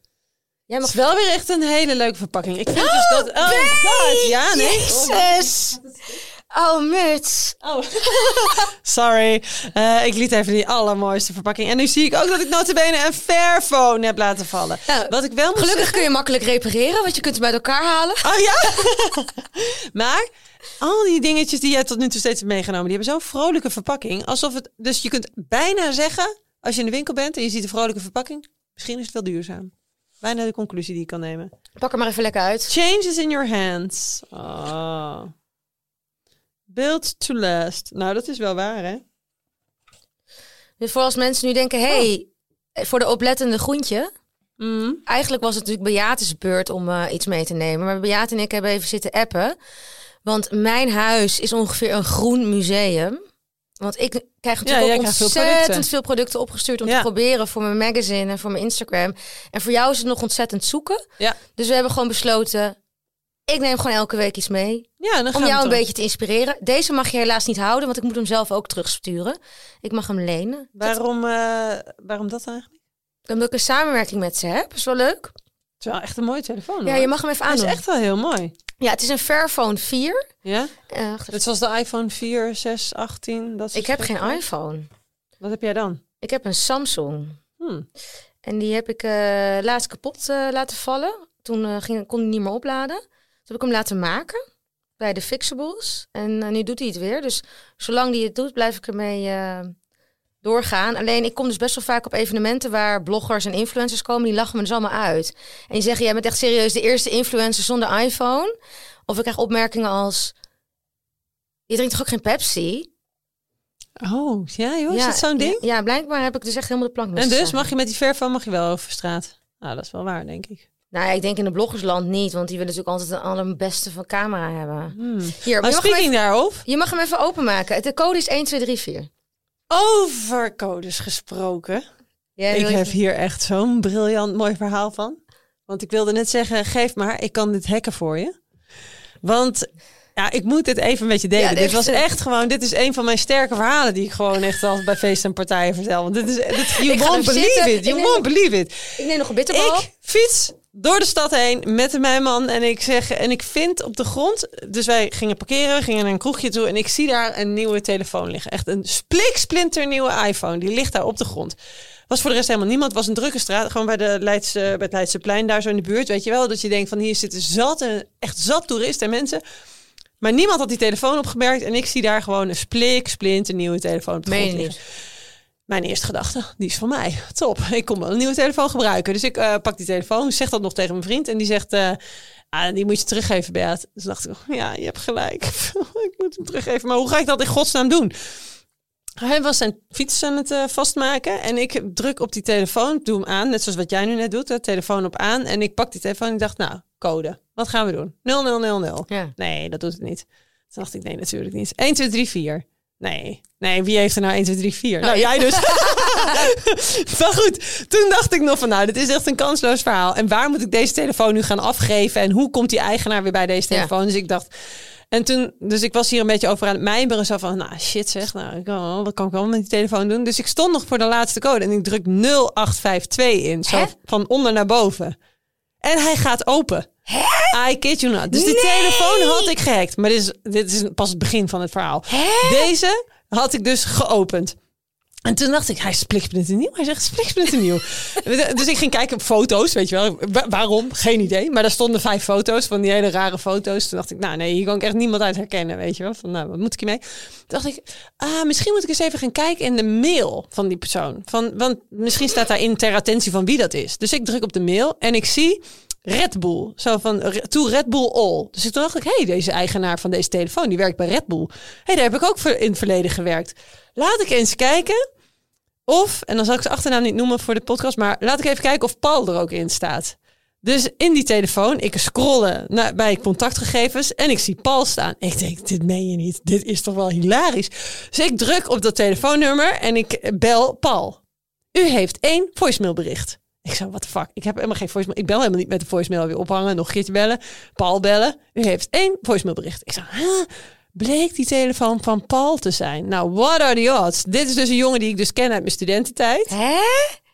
Speaker 2: Jij
Speaker 1: Het
Speaker 2: mag
Speaker 1: is wel weer echt een hele leuke verpakking. Ik vind dus dat... Oh, god. Ja, nee.
Speaker 2: Jezus! Oh, muts.
Speaker 1: Oh. Sorry. Eh, ik liet even die allermooiste verpakking. En nu zie ik ook dat ik notabene een Fairphone heb laten vallen.
Speaker 2: Nou,
Speaker 1: Wat ik wel moet
Speaker 2: Gelukkig kun je makkelijk repareren, want je kunt hem bij elkaar halen.
Speaker 1: Oh ja? maar al die dingetjes die jij tot nu toe steeds hebt meegenomen, die hebben zo'n vrolijke verpakking. Alsof het, dus je kunt bijna zeggen, als je in de winkel bent en je ziet een vrolijke verpakking, misschien is het wel duurzaam. Bijna de conclusie die ik kan nemen.
Speaker 2: Pak hem maar even lekker uit.
Speaker 1: Change is in your hands. Oh. Build to last. Nou, dat is wel waar, hè?
Speaker 2: Dus voor als mensen nu denken, hey,
Speaker 1: Oh.
Speaker 2: voor de oplettende groentje.
Speaker 1: Mm.
Speaker 2: Eigenlijk was het natuurlijk Beate's beurt om eh, iets mee te nemen. Maar Beate en ik hebben even zitten appen. Want mijn huis is ongeveer een groen museum. Want ik krijg
Speaker 1: jij
Speaker 2: natuurlijk ook
Speaker 1: krijgt veel
Speaker 2: ontzettend
Speaker 1: producten.
Speaker 2: veel producten opgestuurd om
Speaker 1: Ja.
Speaker 2: te proberen voor mijn magazine en voor mijn Instagram. En voor jou is het nog ontzettend zoeken.
Speaker 1: Ja.
Speaker 2: Dus we hebben gewoon besloten, ik neem gewoon elke week iets mee.
Speaker 1: Ja, dan gaan
Speaker 2: Om
Speaker 1: we
Speaker 2: jou een
Speaker 1: toch.
Speaker 2: beetje te inspireren. Deze mag je helaas niet houden, want ik moet hem zelf ook terugsturen. Ik mag hem lenen.
Speaker 1: Waarom, eh, waarom dat eigenlijk?
Speaker 2: Omdat ik een samenwerking met ze heb. Is wel leuk.
Speaker 1: Het is wel echt een mooie telefoon.
Speaker 2: Ja,
Speaker 1: hoor.
Speaker 2: je mag hem even
Speaker 1: Oh, Hij is
Speaker 2: aandoen.
Speaker 1: echt wel heel mooi.
Speaker 2: Ja, het is een Fairphone 4.
Speaker 1: Ja?
Speaker 2: Eh, wacht even.
Speaker 1: Dit was de iPhone 4, 6, 18. Dat soort
Speaker 2: ik heb
Speaker 1: spullen.
Speaker 2: geen iPhone.
Speaker 1: Wat heb jij dan?
Speaker 2: Ik heb een Samsung.
Speaker 1: Hm.
Speaker 2: En die heb ik eh, laatst kapot eh, laten vallen. Toen eh, ging, kon hij niet meer opladen. Toen heb ik hem laten maken bij de Fixables. En eh, nu doet hij het weer. Dus zolang hij het doet, blijf ik ermee eh, doorgaan. Alleen ik kom dus best wel vaak op evenementen waar bloggers en influencers komen. Die lachen me dus allemaal uit. En die zeggen, jij bent echt serieus de eerste influencer zonder iPhone. Of ik krijg opmerkingen als, je drinkt toch ook geen Pepsi?
Speaker 1: Oh, ja joh, is dat zo'n ding?
Speaker 2: Ja, ja, blijkbaar heb ik dus echt helemaal de plank
Speaker 1: En dus
Speaker 2: misgeslagen.
Speaker 1: mag je met die verfan mag je wel over straat? Nou, dat is wel waar, denk ik.
Speaker 2: Nou, ja, ik denk in de bloggersland niet, want die willen natuurlijk altijd een allerbeste van camera hebben.
Speaker 1: Hmm.
Speaker 2: Hier,
Speaker 1: Maar
Speaker 2: je, mag hem
Speaker 1: speaking
Speaker 2: even,
Speaker 1: daarof,
Speaker 2: je mag hem even openmaken. Het- De code is 1234.
Speaker 1: over codes gesproken.
Speaker 2: Jij
Speaker 1: ik
Speaker 2: wil je-
Speaker 1: heb hier echt zo'n briljant mooi verhaal van. Want ik wilde net zeggen, geef maar, ik kan dit hacken voor je. Want ja, ik moet dit even met je delen.
Speaker 2: Ja, dit
Speaker 1: dit was
Speaker 2: is-
Speaker 1: echt gewoon, dit is een van mijn sterke verhalen die ik gewoon echt altijd bij feesten en partijen vertel. Want dit is, dit, you
Speaker 2: Ik ga
Speaker 1: won't
Speaker 2: hem
Speaker 1: believe
Speaker 2: zitten.
Speaker 1: it, you
Speaker 2: Ik neem
Speaker 1: won't believe it.
Speaker 2: Ik neem nog een bitterbal.
Speaker 1: Ik fiets door de stad heen met mijn man en ik zeg en ik vind op de grond. Dus wij gingen parkeren, we gingen naar een kroegje toe en ik zie daar een nieuwe telefoon liggen. Echt een splinter nieuwe iPhone. Die ligt daar op de grond. Was voor de rest helemaal niemand. Was een drukke straat, gewoon bij de Leidse, bij het Leidseplein daar zo in de buurt, weet je wel, dat je denkt van hier zitten zat en echt zat toeristen en mensen. Maar niemand had die telefoon opgemerkt en ik zie daar gewoon een splinter nieuwe telefoon op de
Speaker 2: Meen
Speaker 1: grond
Speaker 2: je
Speaker 1: liggen.
Speaker 2: niet?
Speaker 1: Mijn eerste gedachte, die is van mij. Top, ik kon wel een nieuwe telefoon gebruiken. Dus ik eh, pak die telefoon, zeg dat nog tegen mijn vriend. En die zegt, eh, ah, die moet je teruggeven, Beat. Dus dacht ik, ja, je hebt gelijk. ik moet hem teruggeven. Maar hoe ga ik dat in godsnaam doen? Hij was zijn fiets aan het eh, vastmaken. En ik druk op die telefoon, doe hem aan. Net zoals wat jij nu net doet, de telefoon op aan. En ik pak die telefoon en ik dacht, nou, code. Wat gaan we doen? 0000.
Speaker 2: Ja.
Speaker 1: Nee, dat doet het niet. Toen dacht ik, nee, natuurlijk niet. 1, 2, 3, 4. Nee. Nee, wie heeft er nou 1, 2, 3, 4?
Speaker 2: Oh,
Speaker 1: Nou, jij dus. maar goed, toen dacht ik nog van, nou, dit is echt een kansloos verhaal. En waar moet ik deze telefoon nu gaan afgeven? En hoe komt die eigenaar weer bij deze
Speaker 2: Ja.
Speaker 1: telefoon? Dus ik dacht... En toen, dus ik was hier een beetje over aan het mijmeren. Zo van, nou shit zeg, nou, ik- oh, wat kan ik allemaal met die telefoon doen? Dus ik stond nog voor de laatste code en ik druk 0852 in. Zo
Speaker 2: Hè?
Speaker 1: van onder naar boven. En hij gaat open. I kid you not. Dus die
Speaker 2: Nee!
Speaker 1: telefoon had ik gehackt. Maar dit is, dit is pas het begin van het verhaal.
Speaker 2: Hè?
Speaker 1: Deze had ik dus geopend. En toen dacht ik, hij is een nieuw. Hij zegt een nieuw. dus ik ging kijken op foto's, weet je wel. Wa- waarom? Geen idee. Maar daar stonden vijf foto's van die hele rare foto's. Toen dacht ik, nou nee, hier kan ik echt niemand uit herkennen, weet je wel. Van, nou, wat moet ik hiermee? Toen dacht ik, ah, misschien moet ik eens even gaan kijken in de mail van die persoon. Van, want misschien staat daarin ter attentie van wie dat is. Dus ik druk op de mail en ik zie Red Bull. Zo van, eh, to Red Bull all. Dus ik toen dacht ik, hé, hey, deze eigenaar van deze telefoon, die werkt bij Red Bull. Hé, hey, daar heb ik ook voor- in het verleden gewerkt. Laat ik eens kijken Of, en dan zal ik zijn achternaam niet noemen voor de podcast, maar laat ik even kijken of Paul er ook in staat. Dus in die telefoon, ik scrollen naar, bij contactgegevens en ik zie Paul staan. Ik denk, dit meen je niet. Dit is toch wel hilarisch. Dus ik druk op dat telefoonnummer en ik bel Paul. U heeft één voicemailbericht. Ik zei, what the fuck? Ik heb helemaal geen voicemail. Ik bel helemaal niet met de voicemail weer ophangen. Nog een keertje bellen. Paul bellen. U heeft één voicemailbericht. Ik zei, huh? bleek die telefoon van Paul te zijn. Nou, what are the odds? Dit is dus een jongen die ik dus ken uit mijn studententijd.
Speaker 2: Hè?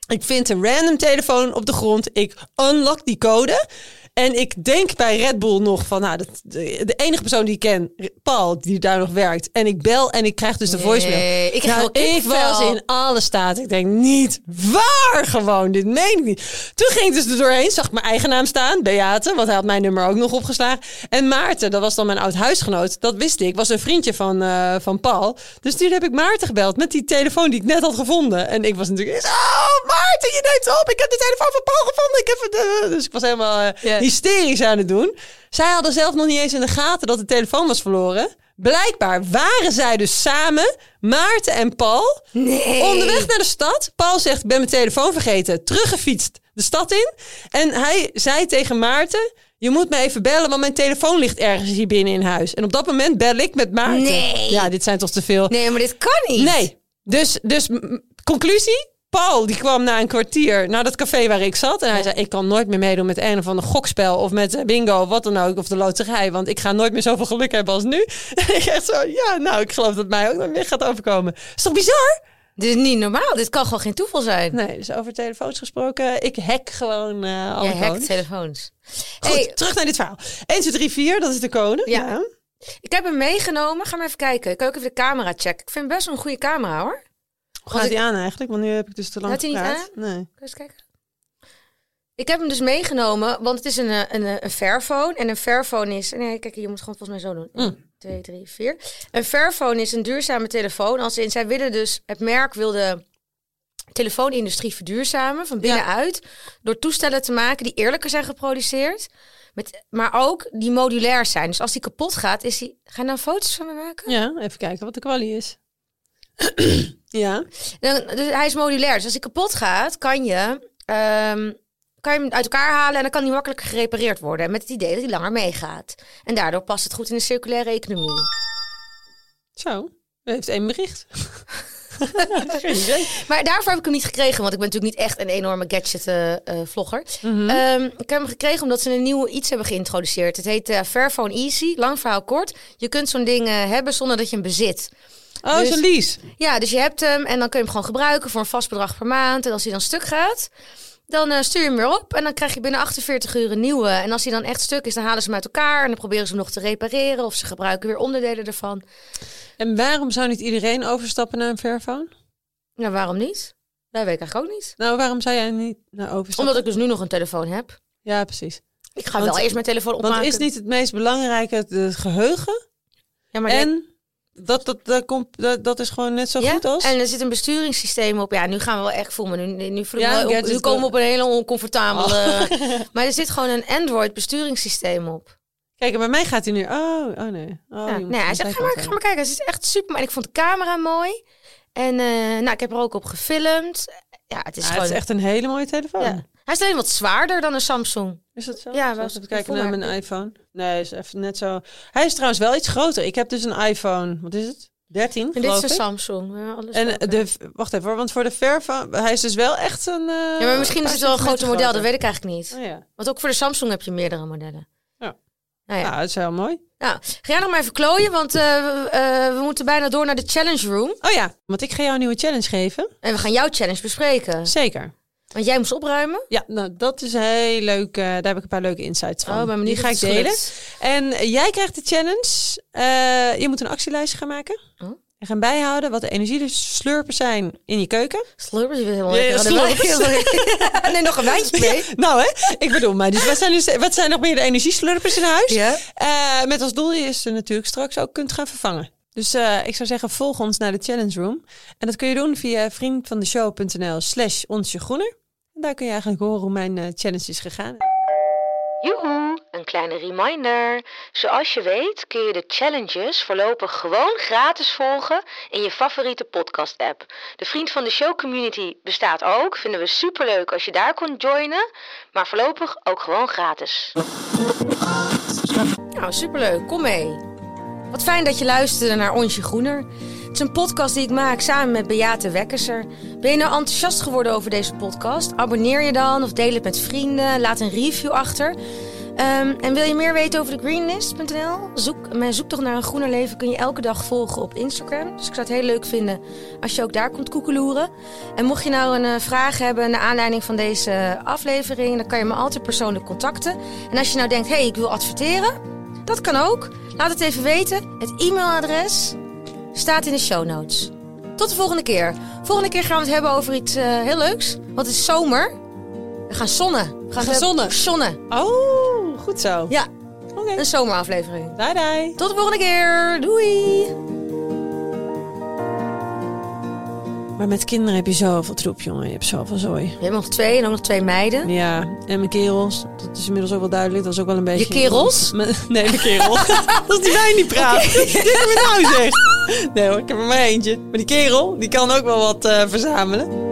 Speaker 1: Ik vind een random telefoon op de grond. Ik unlock die code. En ik denk bij Red Bull nog van, nou, dat, de, de enige persoon die ik ken, Paul, die daar nog werkt. En ik bel en ik krijg dus de voicemail.
Speaker 2: Nee, ik krijg
Speaker 1: nou,
Speaker 2: wel
Speaker 1: ik
Speaker 2: kippenvel.
Speaker 1: was in alle staat. Ik denk, niet waar gewoon, dit meen ik niet. Toen ging ik dus er doorheen, zag ik mijn eigen naam staan, Beate, want hij had mijn nummer ook nog opgeslagen. En Maarten, dat was dan mijn oud huisgenoot, dat wist ik, was een vriendje van, eh, van Paul. Dus toen heb ik Maarten gebeld met die telefoon die ik net had gevonden. En ik was natuurlijk, oh Maarten, je neemt op, ik heb de telefoon van Paul gevonden. Ik heb het, eh." dus ik was helemaal eh,
Speaker 2: Ja.
Speaker 1: hysterisch aan het doen. Zij hadden zelf nog niet eens in de gaten dat de telefoon was verloren. Blijkbaar waren zij dus samen, Maarten en Paul,
Speaker 2: Nee.
Speaker 1: Onderweg naar de stad. Paul zegt, ik ben mijn telefoon vergeten. Teruggefietst de stad in. En hij zei tegen Maarten... Je moet me even bellen, want mijn telefoon ligt ergens hier binnen in huis. En op dat moment bel ik met Maarten.
Speaker 2: Nee.
Speaker 1: Ja, dit zijn toch te veel.
Speaker 2: Nee, maar dit kan niet.
Speaker 1: Nee. Dus, dus m- m- conclusie? Paul die kwam na een kwartier naar dat café waar ik zat. En hij zei, ik kan nooit meer meedoen met een of ander gokspel. Of met eh, bingo, of wat dan ook. Of de loterij. Want ik ga nooit meer zoveel geluk hebben als nu. En ik echt zo, ja, nou, ik geloof dat mij ook nog meer gaat overkomen. Is toch bizar?
Speaker 2: Dit is niet normaal. Dit kan gewoon geen toeval zijn.
Speaker 1: Nee, dus over telefoons gesproken. Ik hack gewoon eh alle
Speaker 2: Jij hackt
Speaker 1: codes.
Speaker 2: telefoons.
Speaker 1: Goed,
Speaker 2: Hey,
Speaker 1: terug naar dit verhaal. 1, 2, 3, 4, dat is de code.
Speaker 2: Ja. ik heb hem meegenomen. Ga maar even kijken. Ik kan ook even de camera checken. Ik vind hem best wel een goede camera hoor.
Speaker 1: Hoe
Speaker 2: Want
Speaker 1: gaat die aan eigenlijk? Want nu heb ik dus te lang
Speaker 2: Gaat die niet
Speaker 1: gepraat. Nee.
Speaker 2: Kun je eens kijken? Ik heb hem dus meegenomen, want het is een, eh, een, eh, een Fairphone. En een Fairphone is... Nee, kijk, je moet het gewoon volgens mij zo doen. 1, 2, 3, 4. Een Fairphone is een duurzame telefoon. Als in, zij willen dus... Het merk wil de telefoonindustrie verduurzamen van binnenuit. Door toestellen te maken die eerlijker zijn geproduceerd. Met, maar ook die modulair zijn. Dus als die kapot gaat, is die... Ga je nou foto's van me maken?
Speaker 1: Ja, even kijken wat de kwalie is. ja.
Speaker 2: Dan, dus hij is modulair. Dus als hij kapot gaat, kan je, ehm, kan je hem uit elkaar halen en dan kan hij makkelijker gerepareerd worden. Met het idee dat hij langer meegaat. En daardoor past het goed in de circulaire economie.
Speaker 1: Zo. U heeft één bericht. Geen idee.
Speaker 2: Maar daarvoor heb ik hem niet gekregen, want ik ben natuurlijk niet echt een enorme eh, gadget-vlogger.
Speaker 1: Hm? Eh,
Speaker 2: Ehm, ik heb hem gekregen omdat ze een nieuw iets hebben geïntroduceerd. Het heet eh, Fairphone Easy. Lang verhaal kort. Je kunt zo'n ding eh, hebben zonder dat je hem bezit.
Speaker 1: Oh,
Speaker 2: Dus-
Speaker 1: zo'n lease.
Speaker 2: Ja, dus je hebt hem en dan kun je hem gewoon gebruiken voor een vast bedrag per maand. En als hij dan stuk gaat, dan eh, stuur je hem weer op. En dan krijg je binnen 48 uur een nieuwe. En als hij dan echt stuk is, dan halen ze hem uit elkaar. En dan proberen ze hem nog te repareren. Of ze gebruiken weer onderdelen ervan.
Speaker 1: En waarom zou niet iedereen overstappen naar een Fairphone?
Speaker 2: Nou, waarom niet? Dat weet ik eigenlijk ook niet.
Speaker 1: Nou, waarom zou jij niet naar overstappen?
Speaker 2: Omdat ik dus nu nog een telefoon heb.
Speaker 1: Ja, precies.
Speaker 2: Ik ga
Speaker 1: Want-
Speaker 2: wel eerst mijn telefoon opmaken.
Speaker 1: Want is niet het meest belangrijke het, het geheugen?
Speaker 2: Ja, maar jij-
Speaker 1: En dat, dat, dat, komt, dat, dat is gewoon net zo
Speaker 2: ja?
Speaker 1: goed als...
Speaker 2: En er zit een besturingssysteem op. Ja, nu gaan we wel echt voelen. Nu, nu, voel ik
Speaker 1: Ja,
Speaker 2: me wel-
Speaker 1: gadgets
Speaker 2: nu komen we
Speaker 1: door-
Speaker 2: op een hele
Speaker 1: Oh.
Speaker 2: oncomfortabele... maar er zit gewoon een Android besturingssysteem op.
Speaker 1: Kijk, en bij mij gaat hij nu. Oh, oh nee. Oh,
Speaker 2: Ja,
Speaker 1: je moet
Speaker 2: nee, hij
Speaker 1: aan
Speaker 2: zei,
Speaker 1: de
Speaker 2: ga maar,
Speaker 1: zijkant
Speaker 2: ga maar kijken. Het is echt super. Maar ik vond de camera mooi. En eh, nou, ik heb er ook op gefilmd. Ja, het is
Speaker 1: Ja,
Speaker 2: gewoon...
Speaker 1: Nou, Het is echt een hele mooie telefoon.
Speaker 2: ja. Hij is alleen wat zwaarder dan een Samsung.
Speaker 1: Is dat zo?
Speaker 2: Ja,
Speaker 1: Zal
Speaker 2: wel,
Speaker 1: ik even kijken
Speaker 2: voel
Speaker 1: naar
Speaker 2: maar.
Speaker 1: mijn iPhone. Nee, is even net zo. Hij is trouwens wel iets groter. Ik heb dus een iPhone. Wat is het? 13,
Speaker 2: En dit is
Speaker 1: geloof
Speaker 2: een
Speaker 1: ik.
Speaker 2: Samsung. Ja, alles
Speaker 1: En
Speaker 2: groter.
Speaker 1: eh, de, wacht even hoor, want voor de Fairphone, hij is dus wel echt een... eh,
Speaker 2: ja, maar misschien is het wel een
Speaker 1: paar
Speaker 2: groter model. Dat
Speaker 1: centimeter
Speaker 2: weet ik eigenlijk niet.
Speaker 1: groter. Oh, ja.
Speaker 2: Want ook voor de Samsung heb je meerdere modellen.
Speaker 1: Ja.
Speaker 2: Nou ja.
Speaker 1: Nou, dat is heel mooi.
Speaker 2: Nou, ga jij nog maar even klooien, want eh, we- eh, we moeten bijna door naar de challenge room.
Speaker 1: Oh ja, want ik ga jou een nieuwe challenge geven.
Speaker 2: En we gaan jouw challenge bespreken.
Speaker 1: Zeker.
Speaker 2: Want jij moest opruimen.
Speaker 1: Ja, nou, dat is heel leuk. eh, daar heb ik een paar leuke insights van.
Speaker 2: Oh, ben benieuwd
Speaker 1: Die ga
Speaker 2: of
Speaker 1: ik
Speaker 2: het is
Speaker 1: delen.
Speaker 2: gelukt.
Speaker 1: En eh, jij krijgt de challenge. eh, je moet een actielijstje gaan maken.
Speaker 2: Oh.
Speaker 1: En gaan bijhouden wat de energieslurpers zijn in je keuken.
Speaker 2: Slurpers, je bent helemaal
Speaker 1: Ja,
Speaker 2: lekker aan de
Speaker 1: slurpers.
Speaker 2: wijn. Nee, nog een wijntje mee.
Speaker 1: Nou hè, ik bedoel maar. Dus wat zijn, dus, wat zijn nog meer de energieslurpers in huis?
Speaker 2: Ja.
Speaker 1: Eh, met als doel je ze natuurlijk straks ook kunt gaan vervangen. Dus eh, ik zou zeggen, volg ons naar de Challenge Room. En dat kun je doen via vriendvandeshow.nl slash onsjegroener. En daar kun je eigenlijk horen hoe mijn eh, challenge is gegaan.
Speaker 2: Joehoe, een kleine reminder. Zoals je weet kun je de challenges voorlopig gewoon gratis volgen in je favoriete podcast app. De Vriend van de Show community bestaat ook. Vinden we superleuk als je daar kon joinen. Maar voorlopig ook gewoon gratis. Nou, superleuk. Kom mee. Wat fijn dat je luisterde naar Onsje Groener. Het is een podcast die ik maak samen met Beate Wekkerser. Ben je nou enthousiast geworden over deze podcast? Abonneer je dan of deel het met vrienden. Laat een review achter. Ehm, en wil je meer weten over de greenlist.nl? Zoek, mijn zoektocht naar een groener leven kun je elke dag volgen op Instagram. Dus ik zou het heel leuk vinden als je ook daar komt koekeloeren. En mocht je nou een eh, vraag hebben naar aanleiding van deze aflevering... dan kan je me altijd persoonlijk contacten. En als je nou denkt, hé, hey, ik wil adverteren... Dat kan ook. Laat het even weten. Het e-mailadres staat in de show notes. Tot de volgende keer. Volgende keer gaan we het hebben over iets eh, heel leuks. Want het is zomer. We gaan zonnen. We gaan
Speaker 1: gaan zonnen.
Speaker 2: Zonnen.
Speaker 1: Oh, goed zo.
Speaker 2: Ja,
Speaker 1: Oké.
Speaker 2: een zomeraflevering.
Speaker 1: Bye bye.
Speaker 2: Tot de volgende keer. Doei.
Speaker 1: Maar met kinderen heb je zoveel troep, jongen. Je hebt zoveel zooi.
Speaker 2: We hebben nog twee en ook nog twee meiden.
Speaker 1: Ja, en mijn kerels. Dat is inmiddels ook wel duidelijk. Dat is ook wel een beetje...
Speaker 2: kerels?
Speaker 1: Mijn- nee, mijn kerel. dat is die wijn die praat. Dit heb je nou zeg. Nee hoor, ik heb er maar eentje. Maar die kerel, die kan ook wel wat eh, verzamelen.